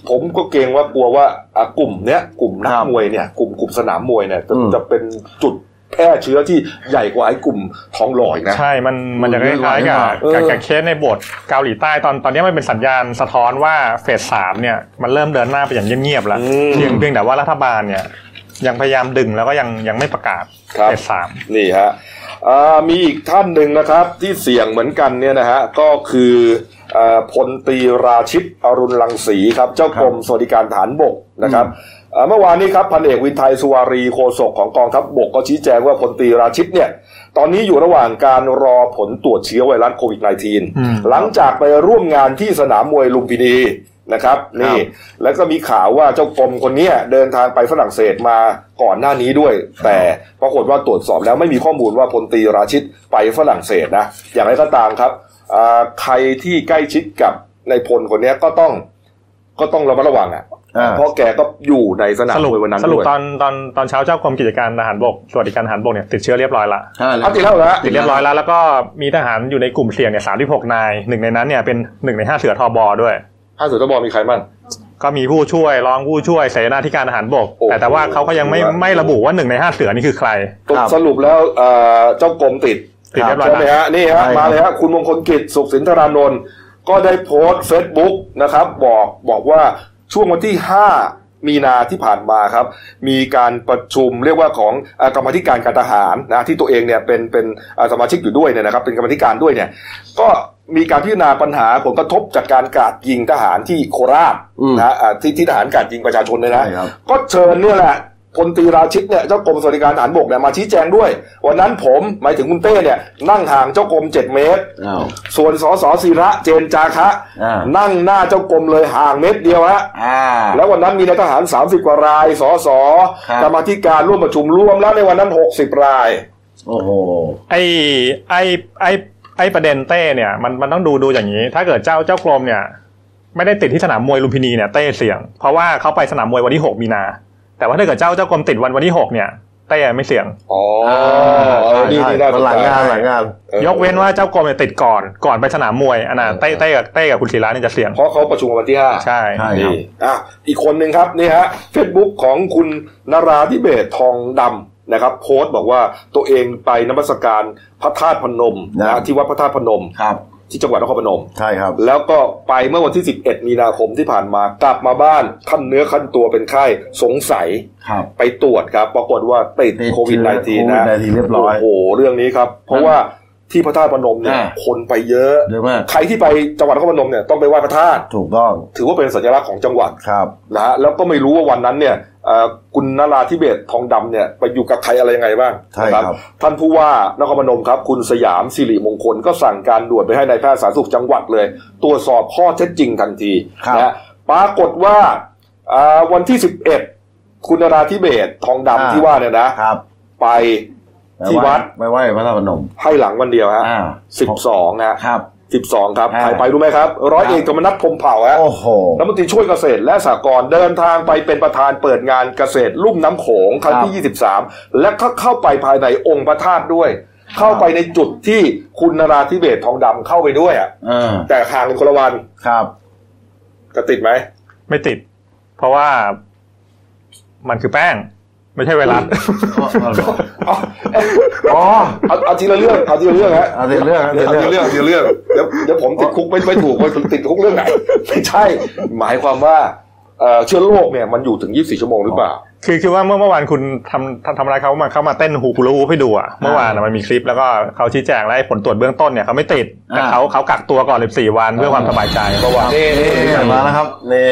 S1: ผมก็เกรงว่ากลัวว่าอ่ะกลุ่มเนี้ยกลุ่มนัก
S2: ครับ
S1: มวยเนี่ยกลุ่มกลุ่มสนามมวยเนี่ยจะ
S2: อืม
S1: จะเป็นจุดแพร่เชื้อที่ใหญ่กว่าไอ้กลุ่มท้องหลอยนะ
S3: ใช่ มัน มันจะคล้ายๆกับ
S1: เออ
S3: กับกับเคสในโบทเกาหลีใต้ตอน ตอนนี้มันเป็นสัญญาณสะท้อนว่าเฟสสามเนี่ย มันเริ่มเดินหน้าไปอย่างเงียบๆแล้ว
S1: อืม
S3: เพียงเพียงแต่ว่ารัฐบาลเนี่ย ยังพยายามดึงแล้วก็ยังยังไม่ประกาศ
S1: ครับ
S3: เฟสสาม
S1: นี่ฮะอ่ามีอีกท่านหนึ่งนะครับที่เสี่ยงเหมือนกันเนี่ยนะฮะก็คืออ่าพลตรีราชิตอรุณลังสีครับ เจ้ากรมสวัสดิการฐานบกนะครับ อ่าเมื่อวานนี้ครับพันเอกวินไทยสุวารีโฆษกของกองทัพบกก็ชี้แจงว่าพลตรีราชิตเนี่ยตอนนี้อยู่ระหว่างการรอผลตรวจเชื้อไวรัสโควิด
S3: อืม
S1: -19 หลังจากไปร่วมงานที่สนามมวยลุมพินีนะครับนี่แล้วก็มีข่าวว่าเจ้ากรมคนเนี้ยเดินทางไปฝรั่งเศสมาก่อนหน้านี้ด้วย แต่ปรากฏว่าตรวจสอบแล้วไม่มีข้อมูลว่าพลตรีราชิตไปฝรั่งเศสนะอย่างไรก็ตามครับอ่าใครที่ใกล้ชิดกับในายพลคนเนี้ยก็ต้องก็ต้องระมัดระวังอ่ะ
S2: อ่า
S1: เพราะแกก็อยู่ในสนาม
S3: สรุป
S1: มวยวันนั้น
S3: สรุป
S1: ด้วย
S3: ตอนตอนตอนเช้าเจ้ากรมกิจการทหารบกสวัสดิการทหารบกเนี่ยติดเชื้อเรียบร้อยละ
S2: ใช่แล้
S1: เอา
S2: ว
S1: ติดแล้วนะ
S3: ติดเรียบร้อยแล้วแล้วก็มีทหารอยู่ในกลุ่มเสี่ยงเนี่ยสามที่หกนายหนึ่งในนั้นเนี่ยเป็นหนึ่งในห้าเสือทอบอด้วย
S1: ถ้าสุดต้องบอกมีใครบ้าง
S3: ก็มีผู้ช่วยรองผู้ช่วยเสนาธิการทหารบก
S1: โอ้โห
S3: แต่แต่ว่าเขาก็ยังไม่ไม่ระบุว่าหนึ่งในห้าเสือนี่คือใคร
S1: ตก
S2: ครับ
S1: สรุปแล้วเอ่อเจ้ากรมติด
S3: ติดเรียบร้อย
S1: ใช่ไหม
S3: แล้ว
S1: ฮะนี่ฮะ
S2: ใช่ครับ
S1: มาเลยฮะคุณมงคลกิจสุขสินธารานนท์ก็ได้โพสต์เฟซบุ๊กนะครับบอกบอกว่าช่วงวันที่ 5 มีนาที่ผ่านมาครับ มีการประชุมเรียกว่าของเอ่อกรรมาธิการการทหารนะที่ตัวเองเนี่ยเป็นเป็นเอ่อสมาชิกอยู่ด้วยเนี่ยนะครับ เป็นกรรมาธิการด้วยเนี่ย ก็มีการพิจารณาปัญหาผลกระทบจากการกราดยิงทหารที่โคราช
S2: อืม
S1: นะฮะอ่าที่ที่ทหารกราดยิงประชาชนเลยนะ
S2: ใช่ครับ
S1: ก็เชิญเนี่ยแหละพลตรีราชิตเนี่ยเจ้ากรมสวัสดิการทหารบกเนี่ยมาชี้แจงด้วย วันนั้นผมหมายถึงคุณเต้เนี่ยนั่งห่างเจ้ากรมเจ็ดเมตร
S2: อ้าว
S1: ส่วนสสศิระเจนจาคะ
S2: อ่า
S1: นั่งหน้าเจ้ากรมเลยห่างเมตรเดียวฮะ
S2: อ่า
S1: แล้ววันนั้นมีนายทหาร 30 กว่ารายสส
S2: ครับ
S1: กรรมาธิการร่วมประชุมรวมแล้วในวันนั้น 60 ราย
S2: โอ้โห
S3: ไอ้ไอ้ไอ้ไอ้ประเด็นเต้เนี่ยมันมันต้องดูดูอย่างนี้ ถ้าเกิดเจ้าเจ้ากรมเนี่ย ไม่ได้ติดที่สนามมวยลุมพินีเนี่ยเต้เสี่ยง เพราะว่าเขาไปสนามมวยวันที่หกมีนา แต่ว่าถ้าเกิดเจ้าเจ้ากรมติดวันวันที่หกเนี่ยเต้ไม่เสี่ยง
S1: อ๋อ
S2: ใช่
S1: นี่
S2: ใช่
S1: นี่น่าส
S2: มัน
S1: น
S2: หลาย
S1: ใจ
S2: งานหลายงาน
S1: ออย
S3: กเว้นว่าเจ้ากรมเนี่ยติดก่อนก่อนไปสนามมวยอันน่ะเต้เต้กับเต้กับคุณศิระเนี่ยจะเสี่ยง
S1: เพราะเขาประชุมกันวันที่ 5
S3: ใช่
S2: ใช่ ครับ
S1: นี่อ่ะอีกคนหนึ่งครับนี่ฮะเฟซบุ๊กของคุณนาราธิเบศทองดำนะครับ โพสต์บอกว่าตัวเองไปนมัสการพระธาตุพนมนะ
S2: ครั
S1: ฮะ
S2: บ
S1: ที่วัดพระธาตุพนม
S2: ครับ
S1: ที่จังหวัดนครพนม
S2: ใช่ครับ
S1: แล้วก็ไปเมื่อวันที่ 11 มีนาคมที่ผ่านมากลับมาบ้านขั้นเนื้อขั้นตัวเป็นไข้สงสัย
S2: ครับ
S1: ไปตรวจครับ ปรากฏว่าติด
S2: ติด
S1: โควิด
S2: เชื้อ
S1: -19 นะ
S2: COVID-19 เรียบร้อย
S1: โอ้โห เรื่องนี้ครับ เพราะว่าที่พระธาตุพนมเนี่ย
S2: อ่า
S1: คนไปเยอะ
S2: เยอะมาก
S1: ใครที่ไปจังหวัดนครพนมเนี่ยต้องไปไหว้พระธาตุ
S2: ถูกต้อง
S1: ถือว่าเป็นสัญลักษณ์ของจังหวัด
S2: ครับ
S1: นะฮะแล้วก็ไม่รู้ว่าวันนั้นเนี่ยเอ่อคุณนราธิเบศทองดำเนี่ยไปอยู่กับใครอะไรยังไงบ้าง
S2: ใช่ครับ
S1: นะท่านผู้ว่านครพนมครับ คุณสยามสิริมงคลก็สั่งการด่วนไปให้ในายแพทย์สาธารณสุขจังหวัดเลย ตรวจสอบข้อเท็จจริงทันที
S2: ครับ
S1: นะฮะปรากฏว่าอ่าวันที่ 11 คุณนราธิเบศทองดำที่ว่าเนี่ยนะครับไปที่วัด
S2: ไปไหว้พระธาตุพนม
S1: ให้หลังวันเดียวฮะ
S2: อ่า
S1: สิบสองนะฮะ
S2: ครับ
S1: สิบสองครับ
S2: อ่า
S1: ใครไปรู้ไหมครับร้อยเอกธรรมนัฐพรหมเผ่าฮะ
S2: โอ้โห
S1: รัฐมนตรีช่วยเกษตรและสหกรณ์เดินทางไปเป็นประธานเปิดงานเกษตรลุ่มน้ำโขงครั้งที่ 23 และก็เข้าไปภายในองค์พระธาตุด้วย เข้าไปในจุดที่คุณนราธิเบศทองดำเข้าไปด้วยอ่ะ
S2: เออ
S1: แต่ห่างกันคนละวัน
S2: ครับ
S1: จะติด ไหม
S3: ไม่ติด เพราะว่ามันคือแป้ง ไม่ใช่ไวรัส
S1: เอา
S2: อ๋อ
S1: เอาเอาทีละเรื่องเอาทีละเรื่องฮะ
S2: เอาทีละเรื่องเอาทีละเรื่อง
S1: เอาทีละเรื่องเอาทีละเรื่องเดี๋ยวเดี๋ยวผมติดคุกไม่ไม่ถูกว่าติดคุกเรื่องไหนไม่ใช่ หมายความว่าเอ่อเชื้อโรคเนี่ยมันอยู่ถึง 24 ชั่วโมงหรือเปล่า
S3: คือคือว่าเมื่อเมื่อวานคุณทำทำทำอะไรเขามาเขามาเต้นฮูกรูให้ดูอะเมื่อวานอะมันมีคลิปแล้วก็เขาชี้แจงแล้วไอ้ผลตรวจเบื้องต้นเนี่ยเขาไม่ติดแต่
S2: อ่า
S3: เขาเขากักตัวก่อน 14 วันเพื่อความสบายใจเมื่อว าน
S1: นี่นี่
S2: นี่
S1: นี่
S2: มาแล้วครับ นี่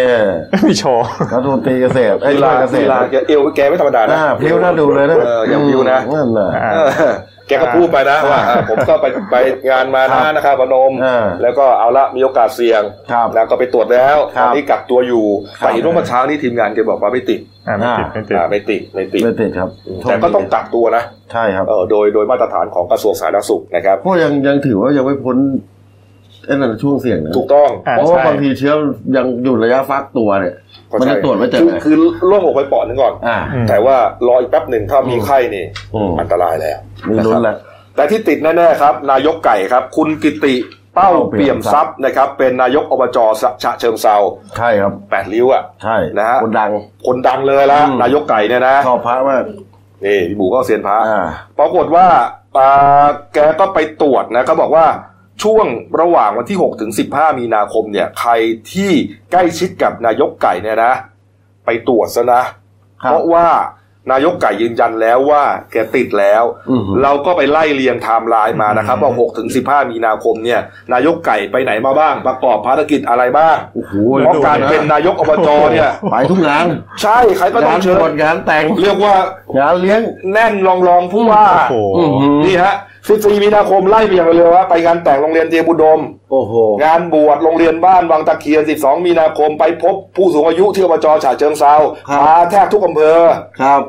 S3: มีโชว์
S2: รัฐมนตรีเกษตรไอ้
S1: เวย ลา
S2: ช่วยเกษ
S1: เว
S2: ตร
S1: ลาแกเอวแกไม่ธรรมดา
S2: ห
S1: นะ
S2: น้าพริ้วน่าดูเลยนะ
S1: เอออย่าพริ้วนะ
S2: นั่นน่ะ
S3: อ่า
S1: เออแกก็พูดไปนะว่าเออผมก็ไป ไปงานมา
S2: ครั
S1: นะ
S2: บ
S1: นะครับพนม
S2: เออ
S1: แล้วก็เอาละมีโอกาสเสี่ยง
S2: ครับ
S1: นะก็ไปตรวจแล้ว
S2: ครั
S1: ต
S2: บ
S1: อนนี้กักตัวอยู่
S2: ครับ
S1: แต่เห็นว่าเมื่อเช้านี้ทีมงานแกบอกว่าไม่ติด
S3: อ่าไม่ติดไม่ติด
S1: อ่าไม่ติดไม่ติด
S2: ไม่ติดครับ
S1: แต่ก็ต้องกักตัวนะ
S2: ใช่ครับ
S1: เออโดยโดยมาตรฐานของกระทรวงสาธารณสุขนะครับ
S2: เพราะยังยังถือว่ายังไม่พ้นไอ้นั่นนะช่วงเสี่ยงนะ
S1: ถูกต้อง
S3: อ่า
S2: เพราะว่า
S3: ใช่
S2: บางทีเชื้อยังอยู่ระยะฟักตัวเนี่ย
S1: เข้า
S2: มัน
S1: ใจ
S2: จะตรวจไม่เจอ
S1: คือ
S2: เลย
S1: คือโล่งอกไปปอดหนึงก่อน
S2: อ่า
S3: อืม
S1: แต่ว่ารออีกแป๊บหนึ่งถ้ามีไข้นี่
S2: อืม
S1: อันตรายแล้ว
S2: มี
S1: นะค
S2: ลุ้
S1: รั
S2: น
S1: บ
S2: ละ
S1: แต่ที่ติดแน่ๆครับ นายกไก่ครับ คุณกิติเป้าเปี่ยมทรัพย์นะครับ เป็นนายกอบจสะฉะเชิงเซา
S2: ใช่ครับ
S1: แปดริ้วอ่ะ
S2: ใช่
S1: นะฮะ
S2: คนดัง
S1: คนดังเลยละ
S2: อืม
S1: นายกไก่เนี่ยนะ
S2: ชอบพระมาก
S1: นี่พี่หมูก็เซียนพระ
S2: อ่า
S1: ปรากฏว่าอ่าแกก็ไปตรวจนะก็บอกว่าช่วงระหว่างวันที่6ถึง15 มีนาคมเนี่ยใครที่ใกล้ชิดกับนายกไก่เนี่ยนะ ไปตรวจซะนะ
S2: ครับ
S1: เพราะว่า นายกไก่ยืนยันแล้วว่าแกติดแล้ว
S2: อือหือ
S1: เราก็ไปไล่เรียงไทม์ไลน์มานะครับว่า6ถึง15 มีนาคมเนี่ย นายกไก่ไปไหนมาบ้าง ประกอบภารกิจอะไรบ้าง
S2: โอ้โห
S1: เพราะการเป็นนายกอบจเนี่ย
S2: ไปทุกงาน
S1: ใช่ใครก็ต้
S2: งา
S1: อง
S2: น
S1: เชิ
S2: บว
S1: ญ
S2: ชงานแต่ง
S1: เรียกว่าง
S2: านเลี้ยง
S1: แน่นรองรองผู้ว่า
S3: โอ้โห
S2: อื้อหือ
S1: นี่ฮะ14มีนาคมไล่ไปอย่างเร็วฮะไปงานแต่งโรงเรียนเตรียมอุดม
S2: โอ้โห
S1: งานบวชโรงเรียนบ้านวังตะเคียน 12 มีนาคมไปพบผู้สูงอายุที่อบจฉาเชิงเซา
S2: ครับ
S1: มาแทบทุกอำเภอ
S2: ครับ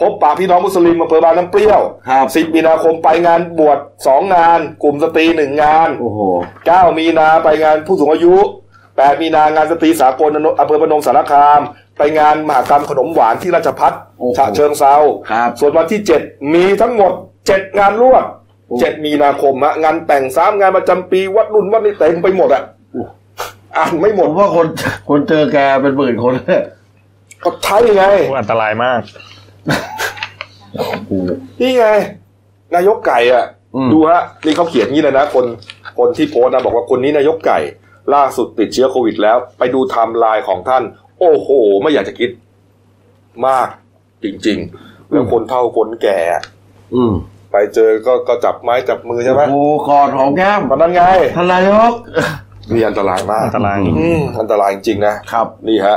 S1: พบปะพี่น้องมุสลิมอำเภอบางน้ำเปรี้ยว
S2: ครับ
S1: 10 มีนาคมไปงานบวช 2 งาน กลุ่มสตรี 1 งาน
S2: โอ้โห
S1: 9 มีนาไปงานผู้สูงอายุ 8 มีนางานสตรีสากลอำเภอพนมสารคาม ไปงานมหกรรมขนมหวานที่ราชพัฒ
S2: โอ้โห
S1: ฉะเชิงเซา
S2: ครับ
S1: ส่วนวันที่ 7 มีทั้งหมด 7 งานรวด
S2: โอ้
S1: 7มีนาคมฮะงานแต่งสามงานประจำปีวัดรุ่นวัดนี่เต็มไปหมดอะอ่านไม่หม
S2: ผ
S1: ด
S2: มว่าคนคนเจอแกเป็นหมื่นคนเนี่ย
S1: ก็ใช่ไง
S3: อันตรายมาก
S2: กู
S1: นี่ไง นายกไก่อะ
S2: อืม
S1: ดูฮะนี่เขาเขียนงี้เลยนะคนคนที่โพสต์นะบอกว่าคนนี้นายกไก่ ล่าสุดติดเชื้อโควิดแล้ว ไปดูไทม์ไลน์ของท่าน โอ้โห ไม่อยากจะคิดมากจริง ๆ แล้วคนเฒ่าคนแก่
S2: อืม
S1: ไปเจอก็ก็จับไม้จับมือใช่ไหม
S2: โอ้โหกอดหอมแก้ม
S1: ตอนนั้นไง
S2: ทานนายก
S1: นี่อันตรายมาก
S3: อันตราย
S1: อืมอันตรายจริงๆนะ
S2: ครับ
S1: นี่ฮะ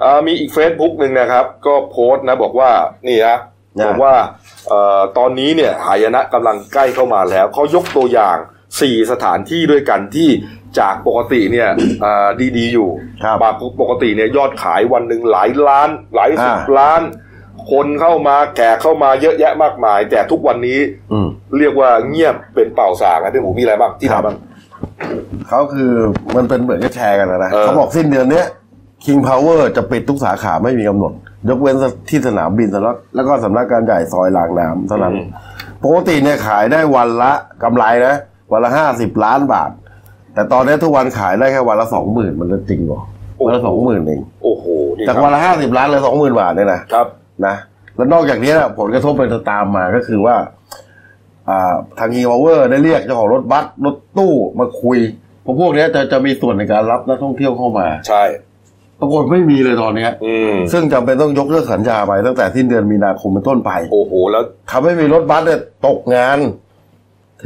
S1: เอ่อมีอีกเฟซบุ๊กหนึ่งนะครับ ก็โพสต์นะบอกว่านี่ฮะ
S2: นะ
S1: บอกว่าเอ่อตอนนี้เนี่ยหายนะกำลังใกล้เข้ามาแล้ว เขายกตัวอย่าง 4 สถานที่ด้วยกันที่จากปกติเนี่ยเอ่อดีๆอยู่
S2: ครับ
S1: บปกติเนี่ยยอดขายวันหนึ่งหลายล้าน หลายสิบ
S2: อ่า
S1: ล้าน คนเข้ามาแก่เข้ามาเยอะแยะมากมาย แต่ทุกวันนี้
S2: อืม
S1: เรียกว่าเงียบเป็นเป่าสางนะพี่หมูมีอะไรบ้างที่
S2: ครับ
S1: ทำบ้าง
S2: เขาคือมันเป็นเหมือนกับแชร์กันนะนะ
S1: เออ
S2: เขาบอกสิ้นเดือนเนี้ย King Power จะปิดทุกสาขาไม่มีกำหนด ยกเว้นที่สนามบินแล้วแล้วก็สำนักการใหญ่ซอยรางน้ำเท่านั้นปกติเนี่ยขายได้วันละกำไรนะ วันละห้าสิบล้านบาท แต่ตอนนี้ทุกวันขายได้แค่วันละสองหมื่นมันจะจริงเหรอวันละสองหมื่นเอง
S1: โอ้โหนี่ค
S2: จาก
S1: รับ
S2: วันละห้าสิบล้านเหลยสองหมื่นบาทเนี่ยนะ
S1: ครับ
S2: นะแล้วนอกจากนี้นะผลกระทบเป็นตามมาก็คือว่าอ่าทางฮีวเวอร์ได้เรียกเจ้าของรถบัสรถตู้มาคุยเพราะพวกเนี้ยจะจะมีส่วนในการรับนักท่องเที่ยวเข้ามา
S1: ใช่
S2: ปรากฏไม่มีเลยตอนเนี้ย
S1: อืม
S2: ซึ่งจำเป็นต้องยกเลิกสัญญาไปตั้งแต่สิ้นเดือนมีนาคมเป็นต้นไป
S1: โอ้โหแล้ว
S2: ทำให้มีรถบัสเนี่ยตกงาน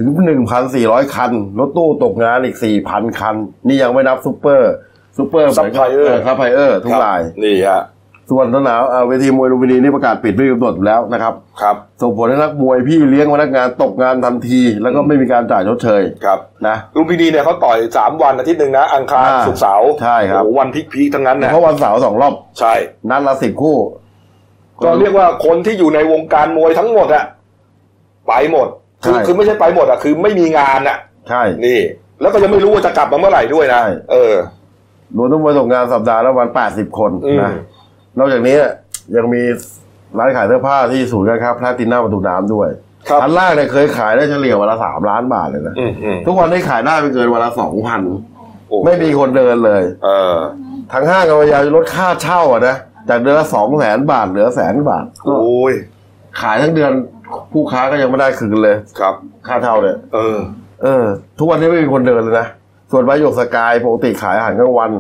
S2: ถึง 1,400 คัน รถตู้ตกงานอีก 4,000 คัน นี่ยังไม่นับซูเปอร์ซูเปอร์
S1: ซัพพลายเออร์
S2: ซัพพลายเออร์ทุกราย
S1: นี่ฮะ
S2: ส่วนสนามอ่าเวทีมวยลุมพินีนี่ประกาศปิดไม่มีกำหนดอยู่แล้วนะครับ
S1: ครับ
S2: ส่งผลให้นักมวยพี่เลี้ยงพนักงานตกงานทันที แล้วก็ไม่มีการจ่ายชดเชย
S1: ครับ
S2: นะ
S1: ลุมพินีเนี่ยเขาต่อยสามวันอาทิตย์หนึ่งนะ อังคาร
S2: อ่า
S1: ศุกร์เสาร์
S2: ใช่ครับ
S1: โอ้โหวันพีคๆทั้งนั้นนะ
S2: เพราะวันเสาร์สองรอบ
S1: ใช่
S2: นัดละสิบคู่
S1: ก็เรียกว่าคนที่อยู่ในวงการมวยทั้งหมดอะไปหมด คือ
S2: ใช่
S1: คือไม่ใช่ไปหมดอะคือไม่มีงานอะ
S2: ใช่
S1: นี่ แล้วก็ยังไม่รู้ว่าจะกลับมาเมื่อไหร่ด้วยนะ
S2: ใช่
S1: เออ
S2: รวมทั้งมวยตกงานสัปดาห์ละวันแปดสิบคน
S1: อืม
S2: นะนอกจากนี้ยังมีร้านขายเสื้อผ้าที่ศูนย์การค้าพลาตินัมประตูน้ำด้วย
S1: ครับ
S2: ชั้นล่างเนี่ยเคยขายได้เฉลี่ยวันละสามล้านบาทเลยนะ
S1: อืมอืม
S2: ทุกวันนี้ขายได้ไม่เกินวันละสองพัน
S1: โอ้
S2: ไม่มีคนเดินเลย
S1: เออ
S2: ทางห้างก็พยายามจะลดค่าเช่าอะนะจากเดือนละสองแสนบาทเหลือแสนบาทก็
S1: โอ้ย
S2: ขายทั้งเดือนผู้ค้าก็ยังไม่ได้คืนเลย
S1: ครับ
S2: ค่าเท่าเนี่ย
S1: เออ
S2: เออ ทุกวันนี้ไม่มีคนเดินเลยนะ ส่วนใบหยกสกายปกติขายอาหารกลางวัน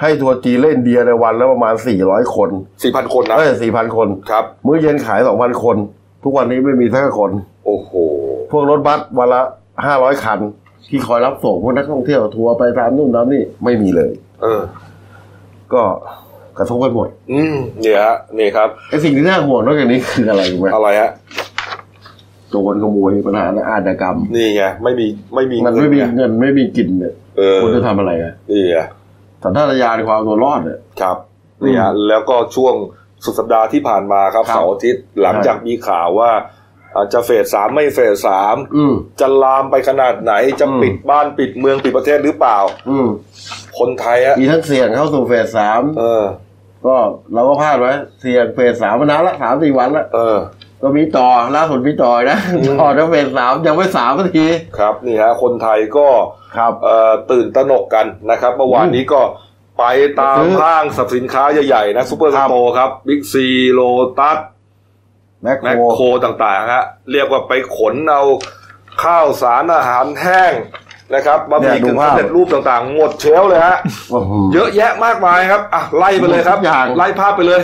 S2: ให้ทัวร์จีนเล่นเดียในวันแล้วประมาณ 400 คน
S1: สี่พันคนนะ
S2: เอ้ย4,000 คน
S1: ครับ
S2: มื้อเย็นขาย 2,000 คน ทุกวันนี้ไม่มีสักคน
S1: โอ้โห
S2: พวกรถบัสวันละ 500 คัน ที่คอยรับส่งพวกนักท่องเที่ยวทัวร์ไปตามนู่นตามนี่ไม่มีเลย
S1: เออ
S2: ก็กระทบไปหมด
S1: อืมเนี่ยฮะนี่ครับ
S2: ไอ้สิ่งที่น่าห่วงนอกจากนี้คืออะไรรู้ไหม
S1: อะไรฮะ
S2: โจรขโมยปัญหาอาชญากรรม
S1: นี่ไงไม่มีไม่มี
S2: มันไม่มี
S1: เงินไง
S2: เงินไม่มีกินเนี่ย
S1: เออ
S2: คุณจะทำอะไรอะ
S1: นี่ไง
S2: สัญชาตญาณความเอาตัวรอดเนี่ย
S1: ครับนี่ฮะแล้วก็ช่วงสุดสัปดาห์ที่ผ่านมาครับ
S2: ครับ
S1: เสาร์อาทิตย์หลังจากมีข่าวว่าอาจจะเฟสสามไม่เฟสสาม
S2: อืม
S1: จะลามไปขนาดไหนจะ
S2: อืม
S1: ปิดบ้านปิดเมืองปิดประเทศหรือเปล่า
S2: อืม
S1: คนไทยอะ
S2: มีทั้งเสี่ยงเข้าสู่เฟสสาม
S1: เออ
S2: ก็เราก็พลาดไว้เสี่ยงเฟสสามมานานละสามสี่วันละ
S1: เออ
S2: ก็มีต่อล่าสุดมีต่อยนะ ต่อแล้วเฟสสามยังไม่สามสักที
S1: ครับนี่ฮะคนไทยก็
S2: ครับ
S1: เอ่อตื่นตระหนกกันนะครับเมื่อวานนี้ก็ไปตาม
S2: ซื้อ
S1: ห้างสรรพสินค้าใหญ่ๆนะซูเปอร์ส
S2: ครับ
S1: โตร์ครับบิ๊กซีโลตัส
S2: แม็ก
S1: แมค
S2: โคร
S1: โครต่างๆฮะเรียกว่าไปขนเอาข้าวสารอาหารแห้งนะครับบะหมี่กึ่งสำเร็จรูปต่างๆ หมดเชล ฟ์เลยฮะ
S2: โอ้โห
S1: เยอะแยะมากมายครับอ่ะไล่ไปเลยครับ
S2: หมดทุกอย่าง
S1: ไล่ภาพไปเลย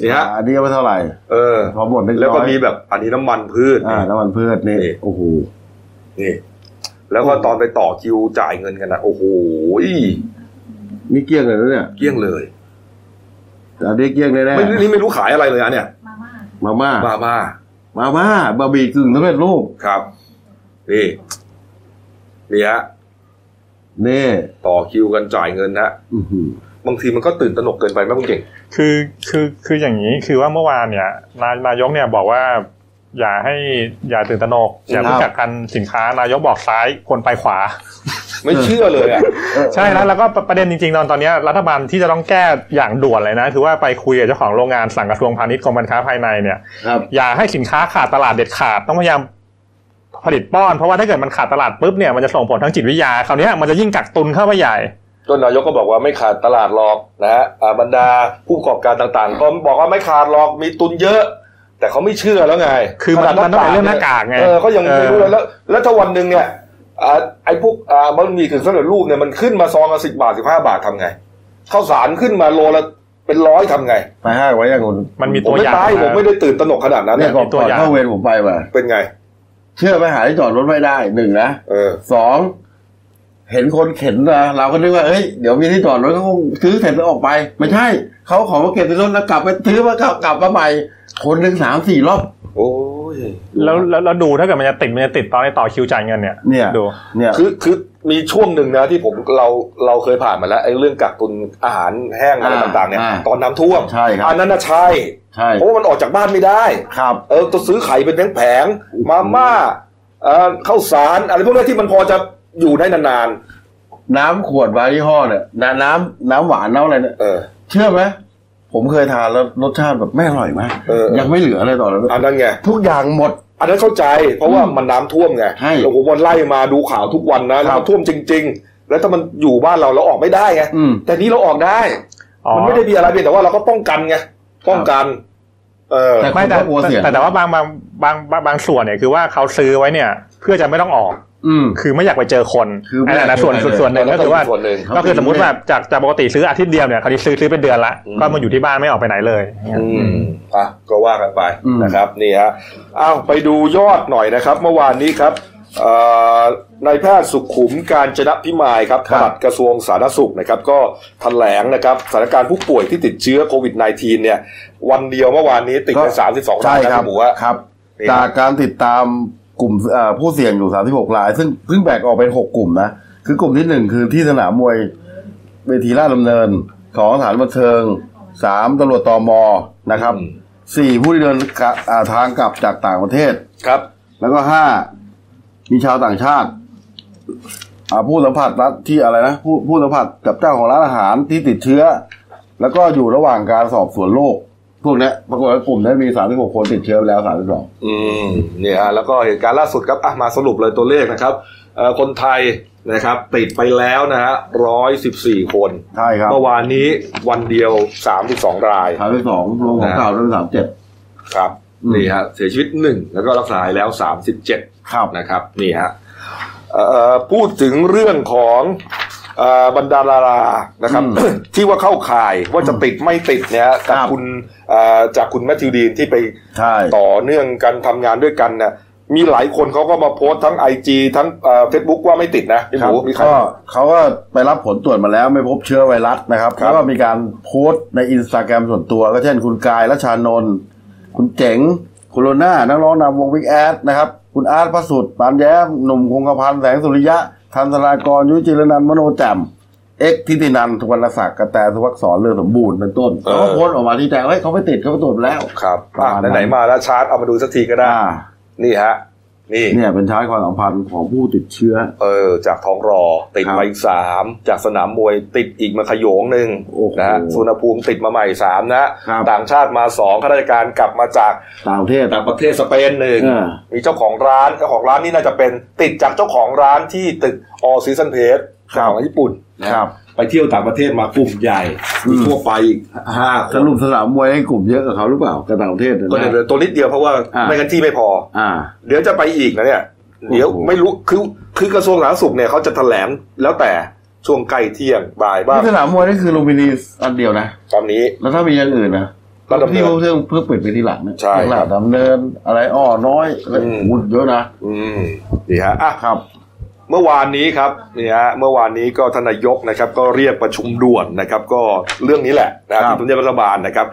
S1: นี่ฮะ
S2: อันนี้ไม่เท่าไหร่
S1: เออ
S2: พอหมดเล็ก
S1: แล้ว
S2: น้
S1: ก็
S2: อย
S1: มีแบบอันนี้น้ำมันพืช
S2: อ่าน้ำมันพืชนี่
S1: นี่
S2: โอ้โห
S1: นี่ แล้วก็ตอนไปต่อคิวจ่ายเงินกันนะโอ้โห
S2: นี่เกลี้ยงเลยนะเนี่ย
S1: เกลี้ยงเลย
S2: อันนี้เกลี้ยงแน่
S1: ไม่นี่ไม่รู้ขายอะไรเลยอ่ะเนี่ย
S5: มาม่า
S2: ๆมาม่า
S1: มามา
S2: มาม่าบะหมี่กึ่งสำเร็จรูป
S1: ครับนี่นี่ฮะ
S2: นี่
S1: ต่อคิวกันจ่ายเงินนะฮะ
S2: อื้อหือบ
S1: างทีมันก็ตื่นตระหนกเกินไปไหมคุณเก่ง
S3: คือคือคืออย่างนี้คือว่าเมื่อวานเนี่ยนายนายกเนี่ยบอกว่า อย่าให้อย่าตื่นตระหนก อย่ารู้จักกันสินค้านายกบอกซ้ายคนไปขวา
S1: ไม่เชื่อเลยอ่ะ
S2: เออ
S3: ใช่แล้วแล้วก็ประเด็นจริงๆ ตอนตอนเนี้ยรัฐบาลที่จะต้องแก้อย่างด่วนเลยนะ คือว่าไปคุยกับเจ้าของโรงงานสั่งกระทรวงพาณิชย์กรมการค้าภายในเนี่ย
S2: ครับ
S3: อย่าให้สินค้าขาดตลาดเด็ดขาดต้องพยายามผลิตป้อน เพราะว่าถ้าเกิดมันขาดตลาดปุ๊บเนี่ยมันจะส่งผลทางจิตวิทยาคราวเนี้ยมันจะยิ่งกักตุนเข้าไปใหญ่
S1: จนนายกก็บอกว่าไม่ขาดตลาดหรอกนะฮะอ่าบรรดาผู้ประกอบการต่างๆ ก็บอกว่าไม่ขาดหรอกมีตุนเยอะ แต่เขาไม่เชื่อแล้วไง
S3: คือมันมันต้องเป็นเรื่องหน้ากากไง
S1: เออเขายังไม่รู้เลยแล้วแล้วถ้าวันหนึ่งเนี่ยอ่าไอ้พวกอ่ามันมีกึ่งสำเร็จรูปเนี่ยมันขึ้นมาซองละสิบบาทสิบห้าบาททำไงข้าวสารขึ้นมาโลละเป็นร้อยทำไง
S2: ไปห้างไว้ยังคุณ
S3: มันมี
S1: ผ
S3: ตั
S1: ม
S3: ว
S1: ไม่
S3: อย่าง
S1: ตายผมไม่
S3: นะ
S1: ได้ตื่นตระหนกขนาดนั้น
S2: เนี่
S1: เนี่ย ย
S2: ก่อน
S3: ตัว
S2: ก่อน
S3: อย่าง
S2: เข้าเวรผมไปมา
S1: เป็นไง
S2: เชื่อไหมหาที่จอดรถไม่ได้หนึ่งนะ
S1: เออ
S2: สองเห็นคนเข็นนะเราก็นึกว่าเอ้ยเดี๋ยวมีที่จอดรถก็คงซื้อเสร็จแล้วออกไป ไม่ใช่เขาของมาเก็บในรถแล้วกลับไปซื้อมากลับกลับมาใหม่ คนหนึ่งสามสี่รอบ
S1: โอ้ย
S3: แล้วแล้วแล้วดูถ้าเกิดมันจะติดมันจะติดตอนในต่อคิวจ่ายเงินเนี่ย
S2: เนี่ย
S3: ดู
S2: เนี่ย
S1: คือคือมีช่วงหนึ่งนะที่ผมเราเราเคยผ่านมาแล้วไอ้เรื่องกักตุนอาหารแห้งอะไรต่างๆเนี่ยตอนน้ำท่วม
S2: ใช่ครั
S1: อั
S2: บ
S1: นนั้นนะใช่
S2: ใช่
S1: เพราะว่ามันออกจากบ้านไม่ได้
S2: ครับ
S1: เออต้องซื้อไข่เป็นแผงๆมาม่าเอ่อข้าวสารอะไรพวกนี้ที่มันพอจะอยู่ได้นาน
S2: น้ำขวดบางยี่ห้อเนี่ยน้ำน้ำน้ำหวานน้ำอะไรเนี่ย
S1: ๆ เออ
S2: เชื่อไหมผมเคยทานแล้วรสชาติแบบไม่อร่อยมาก
S1: เออ
S2: ยังไม่เหลืออะไรต่อแล้ว
S1: อันนั้นไง
S2: ทุกอย่างหมด
S1: อันนั้นเข้าใจ เพราะว่ามันน้ำท่วมไง
S2: ใช่
S1: โอ้โหมันไล่มาดูข่าวทุกวันนะ แล้ว
S2: ครั
S1: มัน
S2: บ
S1: ท่วมจริง ๆ แล้วถ้ามันอยู่บ้านเราเราออกไม่ได้ไง
S2: อืม
S1: แต่นี่เราออกได้
S3: อ๋อ
S1: มันไม่ได้มีอะไรเพียงแต่ว่าเราก็ป้องกันไง ป้องกัน เออ
S2: แต่
S3: ไม่แต่
S2: คนก็กลัวเสี่ยง
S3: แต่แต่ว่าบางบางบางบางบางส่วนเนี่ยคือว่าเขาซื้อไว้เนี่ย เพื่อจะไม่ต้องออก
S2: อืม
S3: คือไม่อยากไปเจอคน
S2: คือไม่
S3: อันนั้น
S2: อยา
S3: นะ
S2: ก
S3: ส่วน
S2: ไป
S3: ส่วน
S2: เลย
S3: ส่วนหนึ่งก็คือว่า
S1: ส่วนหนึ่ง
S3: ก็คือสมมติแบบจากจากปกติซื้ออาทิตย์เดียวเนี่ยคราวนี้ซื้อซื้อเป็นเดือนละ
S1: อืม
S3: ก็มาอยู่ที่บ้านไม่ออกไปไหนเลย
S1: อืมอ่ะก็ว่ากันไป
S2: อืม
S1: นะครับนี่ฮะอ้าวไปดูยอดหน่อยนะครับ เมื่อวานนี้ครับเอ่อนายแพทย์สุขุมการจนะพิมายครับ
S2: ค
S1: ป
S2: รับ
S1: ลัดกระทรวงสาธารณสุขนะครับ ก็แถลงนะครับสถานการณ์ผู้ป่วยที่ติดเชื้อโควิด -19 เนี่ย วันเดียวเมื่อวานนี้ติดไป32
S2: ใช่
S1: ราย
S2: ครับ
S1: นะหมูฮะ
S2: ครับ
S1: นี่ครับ
S2: จากการติดตามกลุ่มเอ่อผู้เสี่ยงอยู่ 36ราย ซึ่งซึ่งแบ่งออกเป็น 6 กลุ่มนะ คือกลุ่มที่ 1 คือที่สนามมวยเวทีราชดำเนินของสถานบันเทิง 3ตำรวจตมนะครับ
S1: อืม
S2: 4ผู้ที่เดินกะอ่าทางกลับจากต่างประเทศ
S1: ครับ
S2: แล้วก็ห้ามีชาวต่างชาติอ่าผู้สัมผัสรัฐที่อะไรนะผู้ผู้สัมผัสกับเจ้าของร้านอาหารที่ติดเชื้อ แล้วก็อยู่ระหว่างการสอบสวนโรคพวกเนี้ยปรากฏว่ากลุ่มนี้มี 36 คนติดเชื้อไปแล้ว 32
S1: อืมเนี่ยฮะแล้วก็เหตุการณ์ล่าสุดครับอ่ะมาสรุปเลยตัวเลขนะครับเอ่อคนไทยนะครับ ติดไปแล้วนะฮะ114 คน
S2: ใช่ครับ
S1: เมื่อวานนี้วันเดียว 32 ราย
S2: 32รวมของเก่าด้วยเป็น
S1: ครับนี่ฮะเสียชีวิตหนึ่งแล้วก็รักษาหายแล้วสามสิบเจ็ด
S2: 37ครับ
S1: นะครับนี่ฮะเอ่อพูดถึงเรื่องของเอ่อบรรดาดารานะครับ
S2: อื
S1: ที่ว่าเข้าข่ายว่าจะติดไม่ติดเนี่ยกับ
S2: ครับ
S1: คุณเอ่อจากคุณแมทธิวดีนที่ไป
S2: ใช่
S1: ต่อเนื่องกันทำงานด้วยกันเนี่ยมีหลายคนเขาก็มาโพสต์ทั้งไอจีทั้งเฟซบุ๊กว่าไม่ติดนะพี่ห
S2: ครับ
S1: มูมีใคร
S2: ก็เขาก็ไปรับผลตรวจมาแล้วไม่พบเชื้อไวรัสนะครับ
S1: ครับ
S2: แล้วก็มีการโพสต์ในอินสตาแกรมส่วนตัว ก็เช่นคุณกายรัชานนท์คุณเจ๋ง คุณโรน่านักร้องนำวงวิกแอดนะครับ คุณอาร์ตพระสุดปานแย้ม หนุ่มคงกระพันธ์แสงสุริยะ ธันธรากร ยุ้ยจิรนันท์มโนแจ่มเอ็กซ์ทิตินันท์สุวรรณศักดิ์กระแตสุวักษรเลือสมบูรณ์เป็นต้นเขาก็โพสต์ออกมาที่แจงเฮ้ยเขาไม่ติดเขาไปตรวจแล้ว
S1: ครับอ่ะ
S2: ประมาณนั้น
S1: ไหนๆมาแล้วชาร์ตเอามาดูสักทีก็ได้
S2: อ่า
S1: นี่ฮะนี่
S2: เนี่ยเป็นท้ายความสัมพันธ์ของผู้ติดเชื้อ
S1: เออจากท้องรอติด
S2: ครับ
S1: มาอีกสามจากสนามมวยติดอีกมาขโยงหนึ่ง
S2: โอ้โห
S1: นะฮะสุวรรณภูมิติดมาใหม่สามนะฮะ
S2: ครับ
S1: ต่างชาติมาสองข้าราชการกลับมาจาก
S2: ต่างประเทศ
S1: ต่างประเทศสเปนหนึ่ง
S2: อ่า
S1: มีเจ้าของร้านเจ้าของร้านนี่น่าจะเป็นติดจากเจ้าของร้านที่ตึกออซีซันเพสของญี่ปุ่นนะฮะ
S2: ครับ
S1: ไปเที่ยวต่างประเทศมากลุ่มใหญ่
S2: อืม
S1: มีทั่วไปอีกห้าค
S2: ส
S1: น
S2: รุปสนามมวยให้กลุ่มเยอะกับเขาหรือเปล่ากับต่างประเทศนะ
S1: ก็เหลือตัวนิดเดียวเพราะว่า
S2: อ่า
S1: ไม่งั้นที่ไม่พอ
S2: อ่า
S1: เดี๋ยวจะไปอีกนะเนี่ย เดี๋ยว
S2: โอ้โห
S1: ไม่รู้คือคือกระทรวงสาธารณสุขเนี่ยเขาจะแถลงแล้วแต่ช่วงใกล้เที่ยงบ่ายบ้าง
S2: ที่สนามมวยนี่คือลุมพินีอันเดียวนะ
S1: ตอนนี้
S2: แล้วถ้ามีอย่างอื่นนะ
S1: ล รัฐดำเนิ
S2: ที่
S1: น
S2: เขาเพิ่งเพิ่งปิดไปทีหลังเนี่ย
S1: ใช่
S2: หลั
S1: ครับ
S2: ดำเนินอะไรอ้อน้อยอะไร
S1: อืม
S2: หุ่นเยอะนะ
S1: อืมดีฮะอ่ะ
S2: ครับ
S1: เมื่อวานนี้ครับเนี่ยฮะเมื่อวานนี้ก็ทานนายกนะครับ ก็เรียกประชุมด่วนนะครับ ก็เรื่องนี้แหละนะครับ
S2: ครับ
S1: ที่ทำเนียบรัฐบาลนะครับ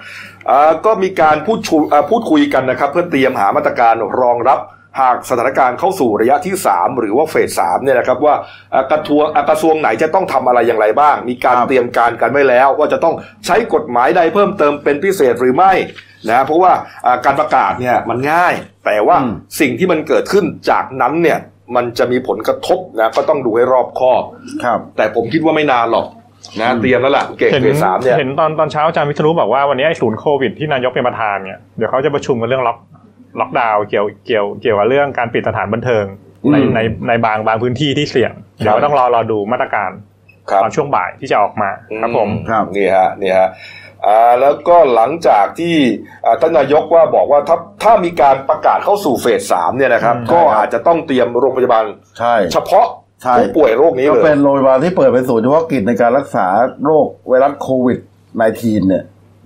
S1: อ่าก็มีการพูดชุมอ่าพูดคุยกันนะครับ เพื่อเตรียมหามาตรการรองรับหากสถานการณ์เข้าสู่ระยะที่ 3 หรือว่าเฟสสามเนี่ยนะครับว่าอ่ากระทรวงอ่ากระทรวงไหนจะต้องทำอะไรอย่างไรบ้าง มีการเตรียมการกันไว้แล้ว ว่าจะต้องใช้กฎหมายใดเพิ่มเติมเป็นพิเศษหรือไม่นะเพราะว่าอ่าการประกาศเนี่ยมันง่าย แต่ว่า
S2: อืม
S1: สิ่งที่มันเกิดขึ้นจากนั้นเนี่ยมันจะมีผลกระทบนะก็ต้องดูให้รอบคอบ
S2: ครับ
S1: แต่ผมคิดว่าไม่นานหรอกนะเตรียมแล้วล่ะเก่ง
S3: เห็น
S1: เฟสสามเนี่ย
S3: เห็นตอนตอนเช้าอาจารย์วิษณุบอกว่าวันนี้ไอ้ศูนย์โควิดที่นายกเป็นประธานเนี่ยเดี๋ยวเขาจะประชุมกันเรื่องล็อกล็อกดาวน์เกี่ยวเกี่ยวเกี่ยวกับเรื่องการปิดสถานบันเทิงในในในบางบางพื้นที่ที่เสี่ยงเดี๋ยวต้องรอรอดูมาตรการ
S1: ครับ
S3: ตอนช่วงบ่ายที่จะออกมาครับผม
S2: ครับ
S1: นี่ฮะนี่ฮะอ่าแล้วก็หลังจากที่อ่าท่านนายกว่าบอกว่าถ้าถ้ามีการประกาศเข้าสู่เฟสสามเนี่ยนะครับ
S3: อืม
S1: ก็อาจจะต้องเตรียมโรงพยาบาล
S2: ใช่
S1: เฉพาะ
S2: ใช่
S1: ผู้ป่วยโรคนี้
S2: ก็
S1: เล
S2: เป็
S1: ย
S2: นโรงพยาบาลที่เปิดเป็นศูนย์เฉพาะกิจในการรักษาโรคไวรัสโควิด -19 เนี่ย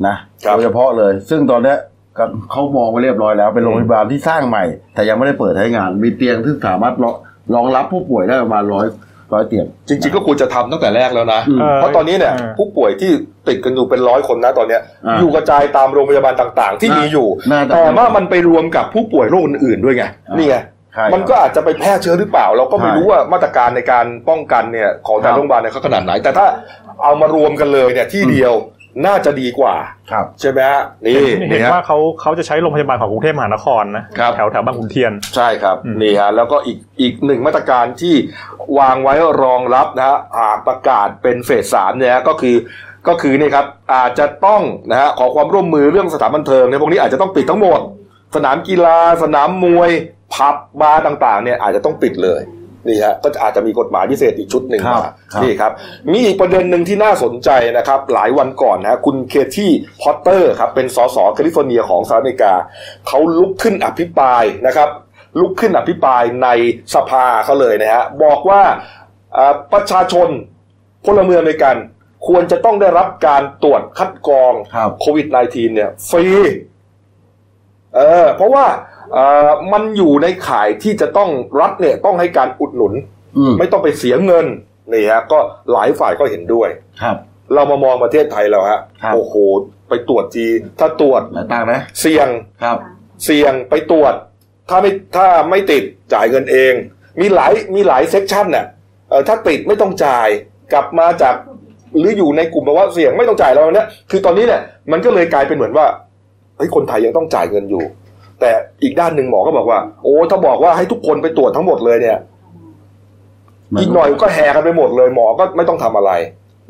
S2: นะโดยเฉพาะเลย ซึ่งตอนเนี้ยก็เขามองไปเรียบร้อยแล้ว เป็นโรงพยาบาลที่สร้างใหม่ แต่ยังไม่ได้เปิดใช้งาน มีเตียงที่สามารถรองรองรับผู้ป่วยได้ประมาณร้อยร้อยเตียง
S1: จริง ๆ ก็ควรจะทำตั้งแต่แรกแล้วนะ
S2: อืม
S3: ออ
S1: เพราะตอนนี้เนี่ย
S3: ออ
S1: ผู้ป่วยที่ติดกันอยู่เป็นร้อยคนนะตอนเนี้ย
S2: อ่า
S1: อยู่กระจายตามโรงพยาบาลต่างๆ ที่
S2: น่า
S1: มีอยู่
S2: น่าจะ
S1: แต่ว่ามันไปรวมกับผู้ป่วยโรคอื่นๆด้วยไง
S2: อ่านี่
S1: นี่ไง
S2: ใช่ครับ
S1: มันก็อาจจะไปแพร่เชื้อหรือเปล่า เราก็ไม่
S2: ใช่
S1: รู้ว่ามาตรการในการป้องกันเนี่ยของแต่
S2: ครั
S1: ละ
S2: บ
S1: โรงพยาบาลเนี่ยเขาขนาดไหน แต่ถ้าเอามารวมกันเลยเนี่ยที่เดียวน่าจะดีกว่า
S2: ครับ
S1: ใช่ไหมฮะนี่
S3: เห็นเห็น
S1: ฮะ
S3: ว่าเขาเขาจะใช้โรงพยาบาลของกรุงเทพมหานครนะครับ แถวแถวบางขุนเทียน
S1: ใช่ครับ
S3: อืม
S1: นี่ฮะแล้วก็อีกอีกหนึ่งมาตรการที่วางไว้รองรับนะฮะหากประกาศเป็นเฟสสามเนี่ยก็คือก็คือนี่ครับอาจจะต้องนะฮะขอความร่วมมือเรื่องสถานบันเทิงในยพวกนี้อาจจะต้องปิดทั้งหมด สนามกีฬา สนามมวย ผับบาร์ต่างๆเนี่ยอาจจะต้องปิดเลยนี่ฮะก็อาจจะมีกฎหมายพิเศษอีกชุดหนึ่ง
S2: ครับ
S1: มา
S2: ครับ
S1: นี่ครับมีอีกประเด็นหนึ่งที่น่าสนใจนะครับ หลายวันก่อนนะฮะคุณเคที่พอตเตอร์ครับเป็นสสแคลิฟอร์เนียของสหรัฐอเมริกา เขาลุกขึ้นอภิปรายนะครับ ลุกขึ้นอภิปรายในสภาเขาเลยนะฮะบอกว่าเอ่อประชาชนพลเมืองอเมริกัน ควรจะต้องได้รับการตรวจคัดกรอง
S2: ครับ
S1: โควิด -19 เนี่ยฟรีเออเพราะว่าเอ่อมันอยู่ในข่ายที่จะต้องรัฐเนี่ยต้องให้การอุดหนุน
S2: อืม
S1: ไม่ต้องไปเสียเงินนี่ฮะก็หลายฝ่ายก็เห็นด้วย
S2: ครับ
S1: เรามามองประเทศไทยเราฮะ
S2: ครับ
S1: โอ้โหไปตรวจทีถ้าตรวจ
S2: หลายตังค์นะ
S1: เสี่ยง
S2: ครับ
S1: เสี่ยงไปตรวจ ถ้าไม่ถ้าไม่ติดจ่ายเงินเอง มีหลายมีหลายเซกชันเนี่ยเอ่อถ้าติดไม่ต้องจ่ายกลับมาจากหรืออยู่ในกลุ่มภาวะเสี่ยงไม่ต้องจ่ายแล้วเนี่ยคือตอนนี้เนี่ยมันก็เลยกลายเป็นเหมือนว่าเฮ้ยคนไทยยังต้องจ่ายเงินอยู่ แต่อีกด้านหนึ่งหมอก็บอกว่า โอ้ถ้าบอกว่าให้ทุกคนไปตรวจทั้งหมดเลยเนี่ย อีกหน่อยก็แห่กันไปหมดเลยหมอก็ไม่ต้องทำอะไร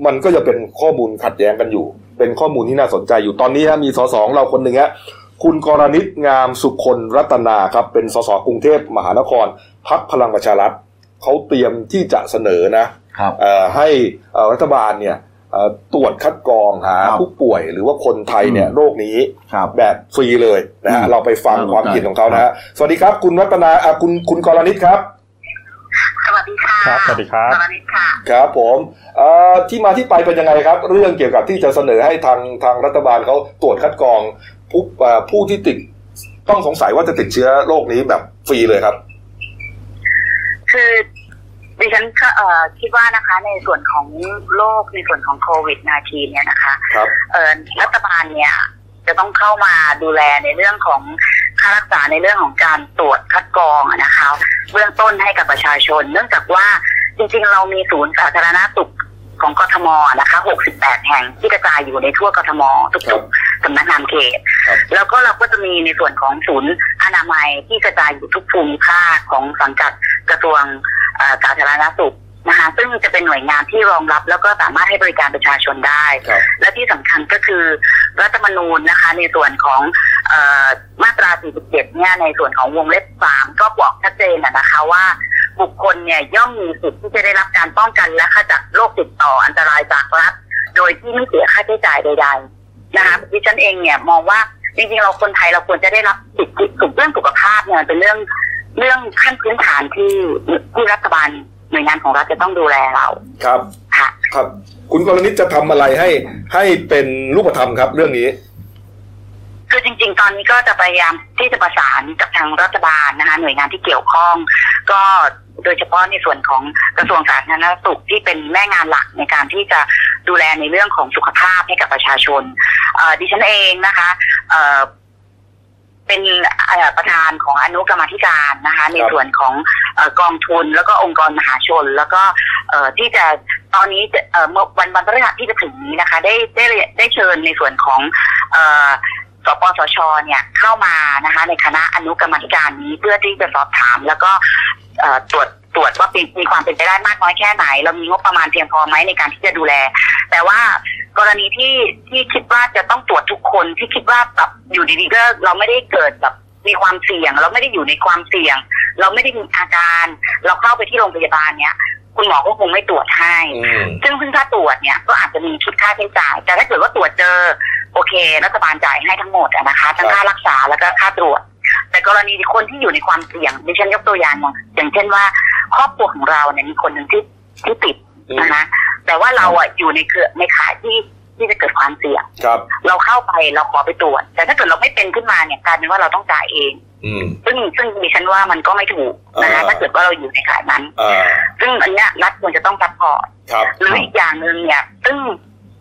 S1: มันก็จะเป็นข้อมูลขัดแย้งกันอยู่ เป็นข้อมูลที่น่าสนใจอยู่ตอนนี้ฮะมีสสของเราคนหนึ่งฮะคุณกรณิตงามสุคนรัตนาครับ เป็นสสกรุงเทพมหานครพักพลังประชารัฐเขาเตรียมที่จะเสนอนะครับ เอ่อให้เอ่อรัฐบาลเนี่ยเอ่อตรวจคัดกรองหา
S2: ครับ
S1: ผู้ป่วยหรือว่าคนไทยเนี่ย
S2: อืม
S1: โรคนี้
S2: ครับ
S1: แบบฟรีเลยนะฮะ
S2: อืม
S1: เราไปฟัง
S2: น่าสนใจ
S1: ความคิดของเขานะฮะสวัสดีครับ คุณรัตนาอ่ะคุณคุณกรณิตครับ
S5: สวัสดีค่ะ
S3: ครับสวัสดีครับ
S5: สวัสดีค่ะ
S1: ครับผมเอ่อที่มาที่ไปเป็นยังไงครับ เรื่องเกี่ยวกับที่จะเสนอให้ทางทางรัฐบาลเขาตรวจคัดกรองผู้เอ่อผู้ที่ติดต้องสงสัยว่าจะติดเชื้อโรคนี้แบบฟรีเลยครับ
S5: คือดิฉันก็เอ่อคิดว่านะคะในส่วนของโรคในส่วนของโควิด -19 เนี่ยนะคะ
S1: ครับ
S5: เอ่อรัฐบาลเนี่ยจะต้องเข้ามาดูแลในเรื่องของค่ารักษาในเรื่องของการตรวจคัดกรองอะนะคะ เบื้องต้นให้กับประชาชน เนื่องจากว่าจริงๆ เรามีศูนย์สาธารณสุขของกทมอะนะคะ 68 แห่งที่กระจายอยู่ในทั่วกทม
S1: ครั
S5: ทุ
S1: บ
S5: กๆสำนักงานเขต
S1: ครับ
S5: แล้วก็เราก็จะมีในส่วนของศูนย์อนามัยที่กระจายอยู่ทุกภูมิภาคของสังกัดกระทรวงเอ่อสาธารณสุขนะคะซึ่งจะเป็นหน่วยงานที่รองรับแล้วก็สามารถให้บริการประชาชนได้
S1: ครับ
S5: และที่สำคัญก็คือรัฐธรรมนูญนะคะ ในส่วนของเออมาตรา 47 เนี่ยในส่วนของวงเล็บ 3 ก็บอกชัดเจนนะนะคะว่า บุคคลเนี่ยย่อมมีสิทธิ์ที่จะได้รับการป้องกันและขจัดโรคติดต่ออันตรายจากรัฐ โดยที่ไม่เสียค่าใช้จ่ายใดๆนะคะดิฉันเองเนี่ยมองว่าจริงๆเราคนไทยเราควรจะได้รับสิทธิสุขเรื่องสุขภาพเนี่ยเป็นเรื่องเรื่องขั้นพื้นฐานที่ที่รัฐบาลหน่วยงานของรัฐจะต้องดูแลเรา
S1: ครับ
S5: ค่ะ
S1: ครับ คุณกรณิตจะทำอะไรให้ให้เป็นรูปธรรมครับเรื่องนี้
S5: คือจริง ๆ ตอนนี้ก็จะพยายามที่จะประสานกับทางรัฐบาลนะคะหน่วยงานที่เกี่ยวข้อง ก็โดยเฉพาะในส่วนของกระทรวงสาธารณสุขที่เป็นแม่งานหลักในการที่จะดูแลในเรื่องของสุขภาพให้กับประชาชนเอ่อดิฉันเองนะคะเอ่อเป็นเอ่อประธานของอนุกรรมาธิการนะคะ ในส่วนของเอ่อกองทุนแล้วก็องค์กรมหาชน แล้วก็เอ่อที่จะตอนนี้จะเอ่อเมื่อวันวันพฤหัสที่จะถึงนี้นะคะ ได้ได้ได้เชิญในส่วนของเอ่อ สปสชเนี่ยเข้ามานะคะในคณะอนุกรรมาธิการนี้เพื่อที่จะสอบถาม แล้วก็เอ่อตรวจตรวจว่าเป็นมีความเป็นไปได้มากน้อยแค่ไหน เรามีงบประมาณเพียงพอไหมในการที่จะดูแล แต่ว่ากรณีที่ที่คิดว่าจะต้องตรวจทุกคนที่คิดว่าแบบอยู่ดีๆก็เราไม่ได้เกิดแบบมีความเสี่ยง เราไม่ได้อยู่ในความเสี่ยง เราไม่ได้มีอาการ เราเข้าไปที่โรงพยาบาลเนี่ย คุณหมอก็คงไม่ตรวจให้
S1: อืม
S5: ซึ่งซึ่งถ้าตรวจเนี่ยก็อาจจะมีคิดค่าใช้จ่าย แต่ถ้าเกิดว่าตรวจเจอ โอเค รัฐบาลจ่ายให้ทั้งหมดอะนะคะ ทั้งค่ารักษาแล้วก็ค่าตรวจ แต่กรณีที่คนที่อยู่ในความเสี่ยงดิฉันยกตัวอย่างอย่างอย่างเช่นว่า ครอบครัวของเราเนี่ยมีคนหนึ่งที่ที่ติดนะคะแต่ว่าเราอ่ะอยู่ในเครือในขายที่ที่จะเกิดความเสี่ยง
S1: ครับ
S5: เราเข้าไปเราขอไปตรวจ แต่ถ้าเกิดเราไม่เป็นขึ้นมาเนี่ยกลายเป็นว่าเราต้องจ่ายเอง
S1: อืม
S5: ซึ่งซึ่งดิฉันว่ามันก็ไม่ถูกนะคะ
S1: อ่า
S5: ถ้าเกิดว่าเราอยู่ในขายนั้น
S1: อ่า
S5: ซึ่งอันเนี้ยรัฐควรจะต้องซัพพอร์ต
S1: ครับ
S5: หรืออีกอย่างหนึ่งเนี่ย ซึ่ง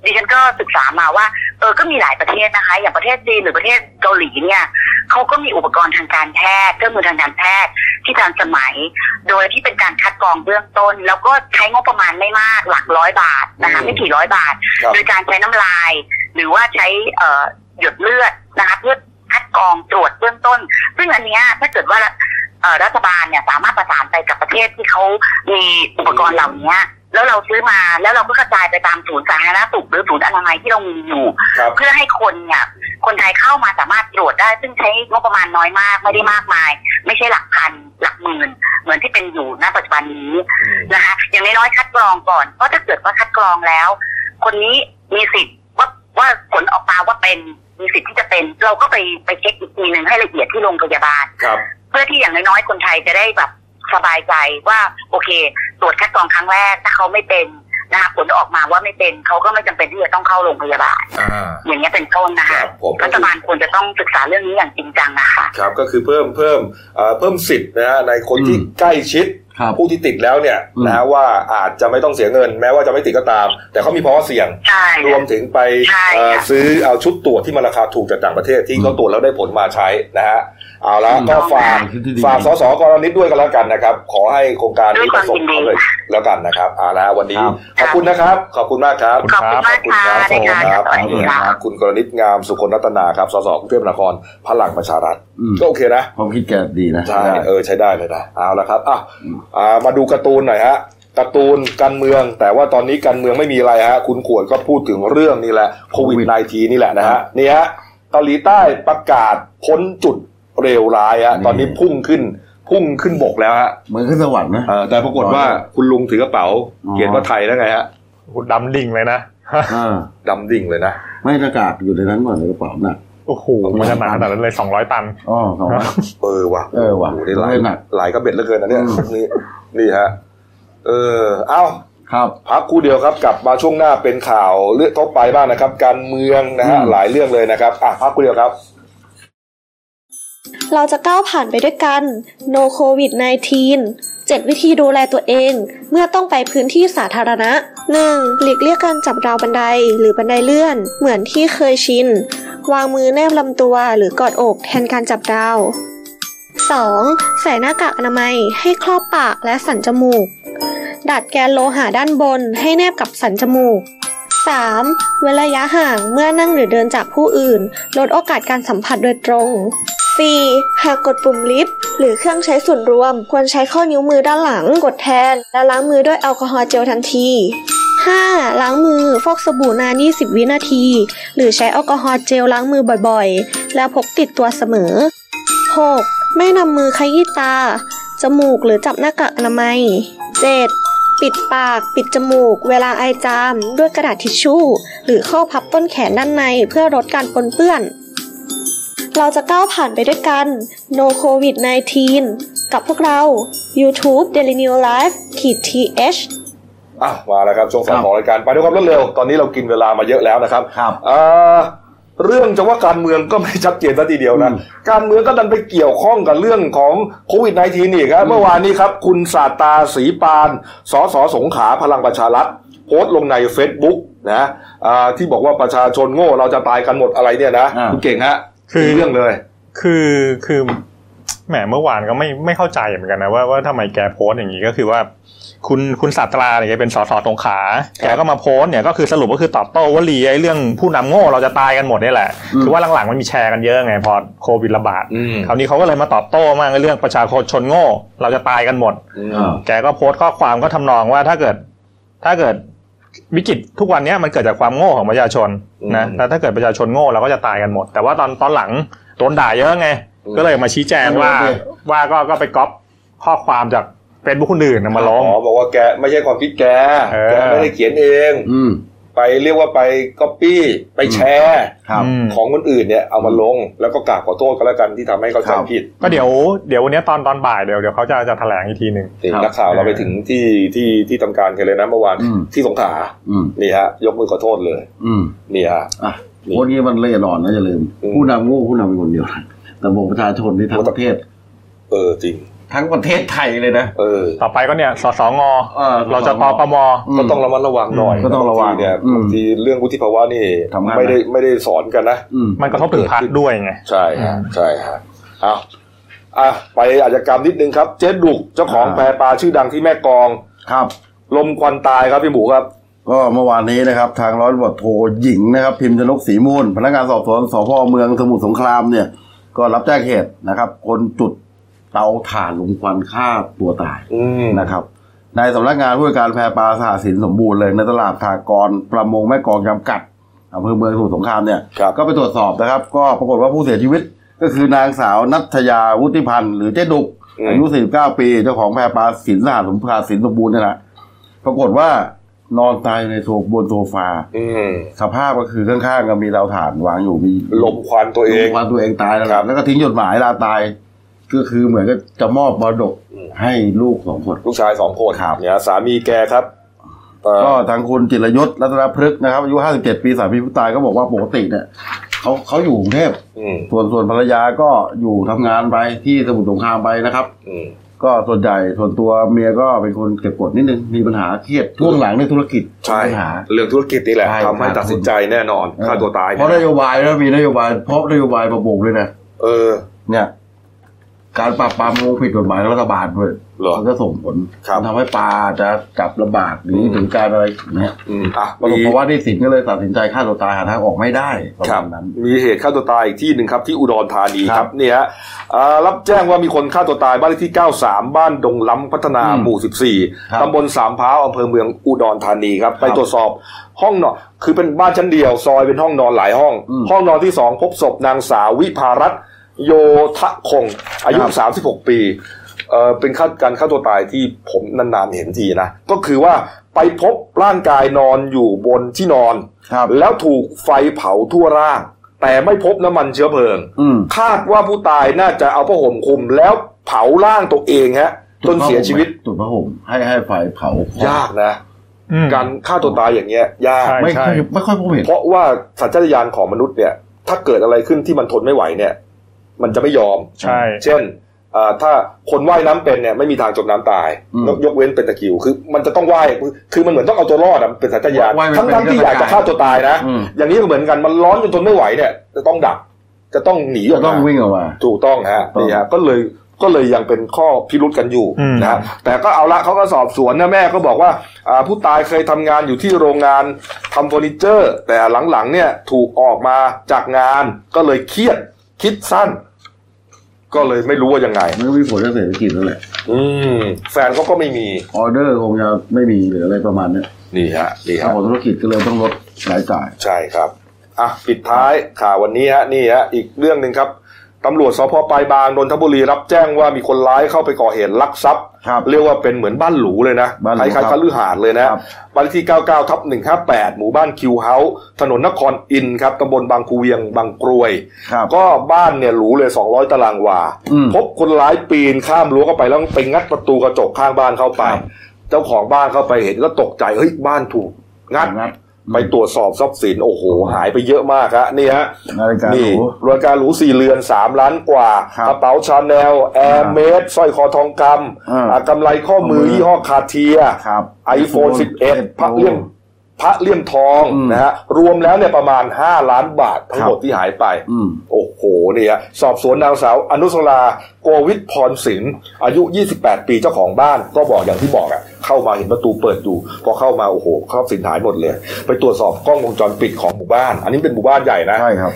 S5: ดิฉันก็ศึกษามาว่า เออ ก็มีหลายประเทศนะคะ อย่างประเทศจีนหรือประเทศเกาหลีเนี่ยเขาก็มีอุปกรณ์ทางการแพทย์เครื่องมือทางการแพทย์ที่ทันสมัย โดยที่เป็นการคัดกรองเบื้องต้น แล้วก็ใช้งบประมาณไม่มากหลักร้อยบาทนะคะไม่กี่ร้อยบาท
S1: ครับ
S5: โดยการใช้น้ำลาย หรือว่าใช้เอ่อหยดเลือดนะคะเพื่อคัดกรองตรวจเบื้องต้น ซึ่งอันเนี้ยถ้าเกิดว่าเอ่อรัฐบาลเนี่ยสามารถประสานไปกับประเทศที่เขามีอุปกรณ์เหล่านี้แล้วเราซื้อมาแล้วเราก็กระจายไปตามศูนย์สาธารณสุขหรือศูนย์อนามัยที่เรามีอยู่
S1: ครับ
S5: เพื่อให้คนเนี่ยคนไทยเข้ามาสามารถตรวจได้ ซึ่งใช้งบประมาณน้อยมากไม่ได้มากมาย ไม่ใช่หลักพันหลักหมื่น เหมือนที่เป็นอยู่ณปัจจุบันนี้ นะคะอย่างน้อยๆคัดกรองก่อน เพราะถ้าเกิดว่าคัดกรองแล้ว คนนี้มีสิทธิ์ว่าว่าผลออกมาว่าเป็นมีสิทธิ์ที่จะเป็น เราก็ไปไปเช็คอีกทีหนึ่งให้ละเอียดที่โรงพยาบาล
S1: ครับ
S5: เพื่อที่อย่างน้อยๆคนไทยจะได้แบบสบายใจว่าโอเค ตรวจคัดกรองครั้งแรกถ้าเขาไม่เป็นนะคะผลออกมาว่าไม่เป็นเขาก็ไม่จำเป็นที่จะต้องเข้าโรงพยาบาล
S1: อ่า
S5: อย่างเงี้ยเป็นต้นนะ
S1: ค
S5: คะ
S1: รับผม
S5: รัฐบาลควรจะต้องศึกษาเรื่องนี้อย่างจริงจังนะคะ
S1: ครับก็คือเพิ่มเพิ่มเอ่อเพิ่มสิทธิ์นะฮะในคนที่
S2: อืม
S1: ใกล้ชิด
S2: ครับ
S1: ผู้ที่ติดแล้วเนี่ย
S2: อืม
S1: นะว่าอาจจะไม่ต้องเสียเงิน แม้ว่าจะไม่ติดก็ตาม แต่เขามีภาวะเสี่ยง
S5: ใช่
S1: รวมถึงไป
S5: ใช่
S1: เอ่อ
S5: ค่ะ
S1: ซื้อเอาชุดตรวจที่มันราคาถูกจากต่างประเทศที่เขาตรวจแล้วได้ผลมาใช้นะฮะเอาละ
S2: อืม
S1: ก็ฝาก
S2: เป็นสิ่งที่ดี
S1: ฝากสสกรณิตด้วยกันแล้วกันนะครับ ขอให้โครงการนี้ประสบความสำเร็จแล้วกันนะครับเอาละวันนี้ขอบคุณนะครับ ขอบคุณมากครับ
S5: ขอบคุณมากค่ะในการสวัสดีค่ะ
S1: คุณกรณิตงามสุคนรัตนาครับสสกรุงเทพมหานครพลังประชารัฐ
S2: อืม
S1: ก็โอเคนะ
S2: ความคิดแกดีนะ
S1: ใช่เออใช้ได้เลยนะเอาละครับอ่ะ
S2: อืม
S1: อ่ามาดูการ์ตูนหน่อยฮะการ์ตูนการเมือง แต่ว่าตอนนี้การเมืองไม่มีอะไรฮะคุณขวดก็พูดถึงเรื่องนี่แหละโควิด -19 นี่แหละนะฮะนี่ฮะเกาหลีใต้ประกาศพ้นจุดเร็วร้ายฮะตอนนี้พุ่งขึ้นพุ่งขึ้นบกแล้วฮะ
S2: เหมือนขึ้นสวรรค์นะ
S1: เออแต่ปรากฏว่าคุณลุงถือกระเป๋า
S2: อ๋อ
S1: เขียนว่าไทยแล้วไงฮะ
S3: โอ้โหดำดิ่งเลยนะ
S2: เออ
S1: ดำดิ่งเลยนะ
S2: ไม่หน้ากากอยู่ในนั้นก่อนในกระเป๋าน่ะ
S3: โอ้โหมันจะหนาขนาดนั้นเลยสองร้อยตัน
S2: อ๋อสอง
S1: เออว่ะ
S2: เออว่ะ
S1: โโหนี่หลาย
S2: เออหนัก
S1: หลายกระเบ็ดเหลือเกินนะเนี่ย
S2: อืม
S1: นี่นี่ฮะเออเอ้า
S2: ครับ
S1: พักครู่เดียวครับกลับมาช่วงหน้าเป็นข่าวเลือกเข้าไปบ้างนะครับ การเมืองนะฮะ
S2: อืม
S1: หลายเรื่องเลยนะครับอ่ะพักครู่เดียวครับ
S6: เราจะก้าวผ่านไปด้วยกัน No COVID 19 7 วิธีดูแลตัวเอง เมื่อต้องไปพื้นที่สาธารณะ 1. หลีกเลี่ยงการจับราวบันไดหรือบันไดเลื่อน เหมือนที่เคยชิน วางมือแนบลำตัวหรือกอดอกแทนการจับราว 2. ใส่หน้ากากอนามัยให้ครอบปากและสันจมูก ดัดแกนโลหะด้านบนให้แนบกับสันจมูก 3. เว้นระยะห่างเมื่อนั่งหรือเดินจากผู้อื่น ลดโอกาสการสัมผัสโดยตรง 4. หากกดปุ่มลิฟต์หรือเครื่องใช้ส่วนรวม ควรใช้ข้อนิ้วมือด้านหลังกดแทน และล้างมือด้วยแอลกอฮอล์เจลทันที 5. ล้างมือฟอกสบู่นาน 20 วินาที หรือใช้แอลกอฮอล์เจลล้างมือบ่อยๆ แล้วพกติดตัวเสมอ 6. ไม่นำมือขยี้ตา จมูกหรือจับหน้ากากอนามัย 7. ปิดปาก ปิดจมูก เวลาไอจาม ด้วยกระดาษทิชชู่ หรือข้อพับต้นแขนด้านในเพื่อลดการปนเปื้อน เราจะก้าวผ่านไปด้วยกัน No COVID 19 กับพวกเรา YouTube Daily New Life ขีด th
S1: อ่ะมาแล้วครับช่วงสอง
S2: ครับ
S1: ของรายการไปด้วยความรวดเร็วตอนนี้เรากินเวลามาเยอะแล้วนะครับ
S2: ครับ
S1: อ่า เรื่องจะว่าการเมืองก็ไม่ชัดเจนซะทีเดียวนะ การเมืองก็ดันไปเกี่ยวข้องกับเรื่องของโควิด -19 นี่ครับเมื่อวานนี้ครับ คุณสาตาศรีปาน สสสงขลาพลังประชารัฐ โพสต์ลงใน Facebook นะอ่าที่บอกว่าประชาชนโง่เราจะตายกันหมดอะไรเนี่ยนะ
S2: อ่า
S1: คุณเก่งฮะ
S3: คือ
S1: มีเรื่องเลย
S3: คือคือแหมเมื่อวานก็ไม่ไม่เข้าใจเหมือนกันนะว่าว่าทำไมแกโพสต์อย่างนี้ก็คือว่า คุณคุณศาสตราเนี่ยแกเป็นสสตรงขลาแกก็มาโพสต์เนี่ยก็คือสรุปก็คือตอบโต้วลีไอ้เรื่องผู้นำโง่เราจะตายกันหมดนี่แหละ
S2: อืม
S3: คือว่าหลังๆมันมีแชร์กันเยอะไงพอโควิดระบาด
S1: อืม
S3: คราวนี้เขาก็เลยมาตอบโต้มากไอ้เรื่องประชาชนโง่เราจะตายกันหมด
S2: อ่า
S3: แกก็โพสต์ข้อความก็ทำนองว่าถ้าเกิด ถ้าเกิดวิกฤตทุกวันเนี้ยมันเกิดจากความโง่ของประชาชนนะ
S1: อืม
S3: แล้วถ้าเกิดประชาชนโง่เราก็จะตายกันหมด แต่ว่าตอนตอนหลังโดนด่าเยอะไง
S1: อืม
S3: ก็เลยมาชี้แจงว่า
S2: โอเค
S3: ว่าก็ก็ไปก๊อปข้อความจากเป็นบุคคลอื่นนะมาลง
S1: อ๋อบอกว่าแกไม่ใช่ความคิดแก
S3: เออ
S1: แกไม่ได้เขียนเอง
S2: อืม
S1: ไปเรียกว่าไปก๊อปปี้ไปแชร์
S2: ครับ
S3: ม
S1: ของคนอื่นเนี่ยเอามาลงแล้วก็กราบขอโทษกันแล้วกันที่ทำให้เขาใจผิด
S3: ก็เดี๋ยวเดี๋ยววันเนี้ยตอนตอนบ่ายเดี๋ยวเดี๋ยวเขาจะจะแถลงอีกทีหนึ่ง
S1: นี่นักข่าวเราไปถึงที่ที่ที่ทำการกันเลยนะเมื่อวาน
S2: อืม
S1: ที่สงขลา
S2: อืม
S1: นี่ฮะ ยกมือขอโทษเลย
S2: อืม
S1: นี่ฮะ
S2: อ่ะโพสต์นี้มันเล่ร่อนนะอย่าลืม
S1: อืม
S2: ผู้นำโง่ผู้นำเป็นคนเดียว นะแต่บอกประชาชนที่ทั้
S1: โอ้
S2: ง
S1: แต่
S2: ประเทศ
S1: เออจริง
S2: ทั้งประเทศไทยเลยนะ
S1: เออ
S3: ต่อไปก็เนี่ยสสง
S2: ออ
S3: เราจะปปม
S1: อก็ต้องระมัดระวังหน่อย
S2: ก็ต้องระวัง
S1: บาทีเนี่ย
S2: อืม
S1: บางทีเรื่องวุฒิภาวะนี่
S2: ทำงาน
S1: ไม่ได้ไม่ได้สอนกันนะ
S2: อืม
S3: มันกระทบถึงพักด้วยไง
S1: ใช่ฮะ
S3: อืม
S1: ใช่ฮะเอาอ่ะไปอาชญากรรมนิดนึงครับ เจ๊ดุกเจ้าของ
S2: อ่า
S1: แพรปลาชื่อดังที่แม่กลอง
S2: ครับ
S1: ลมควันตายครับพี่หมูครับ
S2: ก็เมื่อวานนี้นะครับ ทางร้อยตำรวจโทหญิงนะครับ พิมพ์ชนกศรีมูลพนักงานสอบสวนสพเมืองสมุทรสงครามเนี่ย ก็รับแจ้งเหตุนะครับ คนจุดเตาถ่านหลุมควันฆ่าตัวตาย
S1: อืม
S2: นะครับในสำนักงานผู้จัดการแพรปลาสหสินสมบูรณ์เลยในตลาดทากรประมงแม่กลองจำกัดอำเภอเมืองสมุทรสงครามเนี่ย
S1: ครับ
S2: ก็ไปตรวจสอบนะครับ ก็ปรากฏว่าผู้เสียชีวิตก็คือนางสาวนัทยาวุฒิพันธ์หรือเจ๊ดุก อายุ 49 ปีเจ้าของแพรปลาสินสหสมภาสินสมบูรณ์เนี่ยนะปรากฏว่านอนตายในโซบนโซฟา
S1: อืม
S2: สภาพก็คือข้างๆก็มีเตาถ่านวางอยู่มี
S1: ลมควันตัวเอง
S2: วันตัวเองตายแล้ว
S1: ครับ
S2: แล้วก็ทิ้งจดหมายลาตาย ก็คือเหมือนก็จะมอบมรดกให้ลูกสองคน
S1: ลูกชายสองคน
S2: ครับ
S1: เนี่ยสามีแกครับเอ่อ
S2: ก็ทางคุณจิรยศรัตนพฤกษ์นะครับอายุ 57 ปีสามีผู้ตายก็บอกว่าปกติเนี่ยเขาเขาอยู่กรุงเทพ
S1: อืม
S2: ส่วนส่วนภรรยาก็อยู่ทำงานไปที่สมุทรสงครามไปนะครับ
S1: อืม
S2: ก็ส่วนใหญ่ส่วนตัวเมียก็เป็นคนเก็บกดนิดนึง มีปัญหาเครียดช่วงหลังในธุรกิจ
S1: ใช่
S2: มีปัญหา
S1: เรื่องธุรกิจนี่แหละ
S2: ใช่
S1: ทำให้
S2: ครับ
S1: ตัดสินใจแน่นอนฆ่าตัวตาย
S2: เพราะนโยบายแล้วมีนโยบายเพราะนโยบายประบงด้วยนะ
S1: เออ
S2: เนี่ย การปราบปรามงูผิดกฎหมายของรัฐบาลด้วย
S1: เหรอ
S2: มันก็ส่งผล
S1: ครับ
S2: มันทำให้ปลาจะจับลำบากหรือถึงการอะไรอย่างเงี้ย
S1: อืมอ่ะ
S2: ปรากฏ
S1: มี
S2: ภาวะหนี้สินก็เลยตัดสินใจฆ่าตัวตายหาทางออกไม่ได้ประ
S1: ค
S2: มา
S1: รับ
S2: ณนั้น
S1: มีเหตุฆ่าตัวตายอีกที่หนึ่งครับที่อุดรธานีค
S2: ครั
S1: รับบ เนี่ยฮะอ่ารับแจ้งว่ามีคนฆ่าตัวตายบ้านเลขที่ 93 บ้านดงล้ำพัฒนา
S2: อืม
S1: หมู่
S2: ครับ
S1: 14ตำบลสามพร้าวอำเภอเมืองอุดรธานีครับ ไป
S2: ครับ
S1: ตรวจสอบห้องนอนคือเป็นบ้านชั้นเดียว ซอยเป็นห้องนอนหลายห้อง
S2: อืม
S1: ห้องนอนที่สองพบศพนางสาววิภารัตน์โยทะคง อายุ
S2: ครับ
S1: 36 ปีเอ่อเป็นฆาตการฆ่าตัวตายที่ผมนานๆเห็นทีนะ ก็คือว่าไปพบร่างกายนอนอยู่บนที่นอน
S2: ครับ
S1: แล้วถูกไฟเผาทั่วร่าง แต่ไม่พบน้ำมันเชื้อเพลิง
S2: อืม
S1: คาดว่าผู้ตายน่าจะเอาผ้าห่มคลุมแล้วเผาร่างตัวเองฮะจนเสียชีวิต
S2: จุดพระห่มให้ให้ไฟเผาย
S1: ากนะ
S3: อืม
S1: การฆ่าตัวตายอย่างเงี้ยยาก
S3: ใช่
S2: ไม่ค่อยไม่ค่อยพบเห็น
S1: เพราะว่าสัญชาตญาณของมนุษย์เนี่ย ถ้าเกิดอะไรขึ้นที่มันทนไม่ไหวเนี่ย มันจะไม่ยอม
S3: ใช่
S1: เช่นอ่าถ้าคนว่ายน้ำเป็นเนี่ยไม่มีทางจมน้ำตายยกยกเว้นเป็นตะคริวคือมันจะต้องว่ายคือมันเหมือนต้องเอาตัวรอดอะมันเป็นสัญชาตญาณทั้งทั้งๆที่อยากจะฆ่าตัวตายนะ
S2: อืม
S1: อย่างนี้ก็เหมือนกันมันร้อนจนทนไม่ไหวเนี่ยจะต้องดับจะต้องหนีอ
S2: ก็
S1: อก
S2: ต้
S1: มา
S2: องวิ่งออกมา
S1: ถูกต้องฮะ
S2: ต้อง
S1: นี่ฮะก็เลยก็เลยยังเป็นข้อพิรุษกันอยู่
S3: อืม
S1: นะฮะแต่ก็เอาละเขาก็สอบสวนนะแม่ก็บอกว่าอ่าผู้ตายเคยทำงานอยู่ที่โรงงานทำเฟอร์นิเจอร์ แต่หลังๆเนี่ยถูกออกมาจากงานก็เลยเครียดคิดสั้น ก็เลยไม่รู้ว่ายังไง
S2: มันก็มีผลกับเศรษฐกิจนั่นแหละ
S1: อืมแฟนเขาก็ไม่มี
S2: ออเดอร์คงจะไม่มีหรืออะไรประมาณเนี้ย
S1: นี่ฮะนี่
S2: ทา
S1: ฮะ
S2: งของธุรกิจก็เลยต้องลดรายจ่าย
S1: ใช่ครับอ่ะปิดท้ายข่าววันนี้ฮะนี่ฮะอีกเรื่องหนึ่งครับตำรวจสพปลายบางนนทบุรีรับแจ้งว่ามีคนร้ายเข้าไปก่อเหตุลักทรัพย์
S2: ครับ
S1: เรียกว่าเป็นเหมือนบ้านหรูเลยนะ
S2: บ้านหรู
S1: คล้ายๆ
S2: ครับ
S1: คฤหาสน์เลยนะครับ บ้านเลขที่ 99ทับ158 หมู่บ้านคิวเฮาส์ถนนนครอินทร์ครับตำบลบางคูเวียงบางกรวย
S2: ครับ
S1: ก็บ้านเนี่ยหรูเลย 200 ตารางวา
S2: อืม
S1: พบคนร้ายปีนข้ามรั้วเข้าไปแล้วไปงัดประตูกระจกข้างบ้านเข้าไป
S2: ครับ
S1: เจ้าของบ้านเข้าไปเห็นก็ตกใจเฮ้ยบ้านถูกงัด
S2: งัด
S1: ไปตรวจสอบทรัพย์สินโอ้โหหายไปเยอะมากฮะนี่ฮะ
S2: นาฬิกาห
S1: นี่
S2: รู
S1: รายการหรูสี่เรือนสามล้านกว่า
S2: ครับ
S1: กระเป๋าชาแนลแอร์เมดสร้อยคอทองค
S2: อ่า
S1: ำอ่ากำไรข้อมือ
S2: ข้อมือ
S1: ยี่ห้อคาร์เทีย
S2: ครับ
S1: ไอโฟน11 พระเลี่ยม
S2: โ
S1: พระเลี่ยมทอง
S2: อืม
S1: นะฮะรวมแล้วเนี่ยประมาณ 5 ล้านบาททั้งหมด
S2: ครับ
S1: ที่หายไป
S2: อืม
S1: โอ้โหนี่ฮะสอบสวนนางสาวอนุสราโกวิทพรศิลป์อายุ 28 ปีเจ้าของบ้าน ก็บอกอย่างที่บอกอะ่ะเข้ามาเห็นประตูเปิดอยู่ พอเข้ามาโอ้โหทรัพย์สินหายหมดเลย ไปตรวจสอบกล้องวงจรปิดของหมู่บ้าน อันนี้เป็นหมู่บ้านใหญ่นะ
S2: ใช่ครับ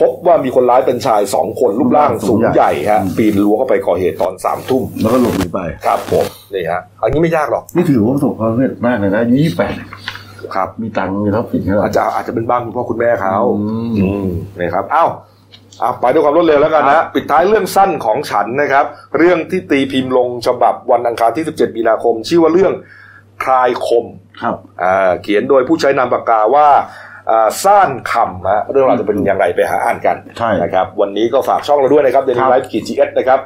S1: พบว่ามีคนร้ายเป็นชายสองคนรูปร่างสูงใหญ่ฮะ
S2: อืม
S1: ปีนรั้วเข้าไปก่อเหตุตอนสามทุ่ม
S2: แล้วก็หลบหนีไป
S1: ครับผมนี่ฮะอันนี้ไม่ยากหรอก
S2: นี่ถือว่าประสบความสำเร็จมากเลยนะอายุยี่แปด
S1: ครับ
S2: มีตังค์มีทรัพย์สินขนาด
S1: อาจจะอาจจะเป็นบ้านคุณพ่อคุณแม่เขา
S2: อืม
S1: อืมนะครับเอ้าอ่ะไปด้วยความรวดเร็วแล้วกันนะปิดท้ายเรื่องสั้นของฉันนะครับ เรื่องที่ตีพิมพ์ลงฉบับวันอังคารที่ 17 มีนาคม ชื่อว่าเรื่องคลายคม
S2: ครับ
S1: อ่าเขียนโดยผู้ใช้นามปากกาว่าอ่าซ่านคำฮะเรื่องราวจะเป็นอย่างไรไปหาอ่านกัน
S2: ใช่
S1: นะครับ วันนี้ก็ฝากช่องเราด้วยนะครับเด
S2: ค
S1: ลิ
S2: รับ
S1: ไลฟ์ขีดจีเอสนะครับ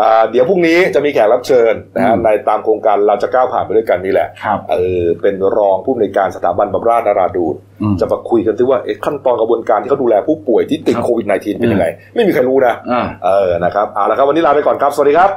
S1: อ่าเดี๋ยวพรุ่งนี้จะมีแขกรับเชิญนะฮะ
S2: อืม
S1: ในตามโครงการเราจะก้าวผ่านไปด้วยกันนี่แหละ
S2: ครับ
S1: เออเป็นรองผู้อำนวยการสถาบันบำราศนาราดูน
S2: อืม
S1: จะมาคุยกันด้วยว่าเอ๊ะขั้นตอนกระบวนการที่เขาดูแลผู้ป่วยที่ติด
S2: ครับ
S1: โควิด -19 เป็น
S2: อืม
S1: ยังไง ไม่มีใครรู้นะ
S2: อ่า
S1: เออนะครับเอาละครับวันนี้ลาไปก่อนครับสวัสดีครับ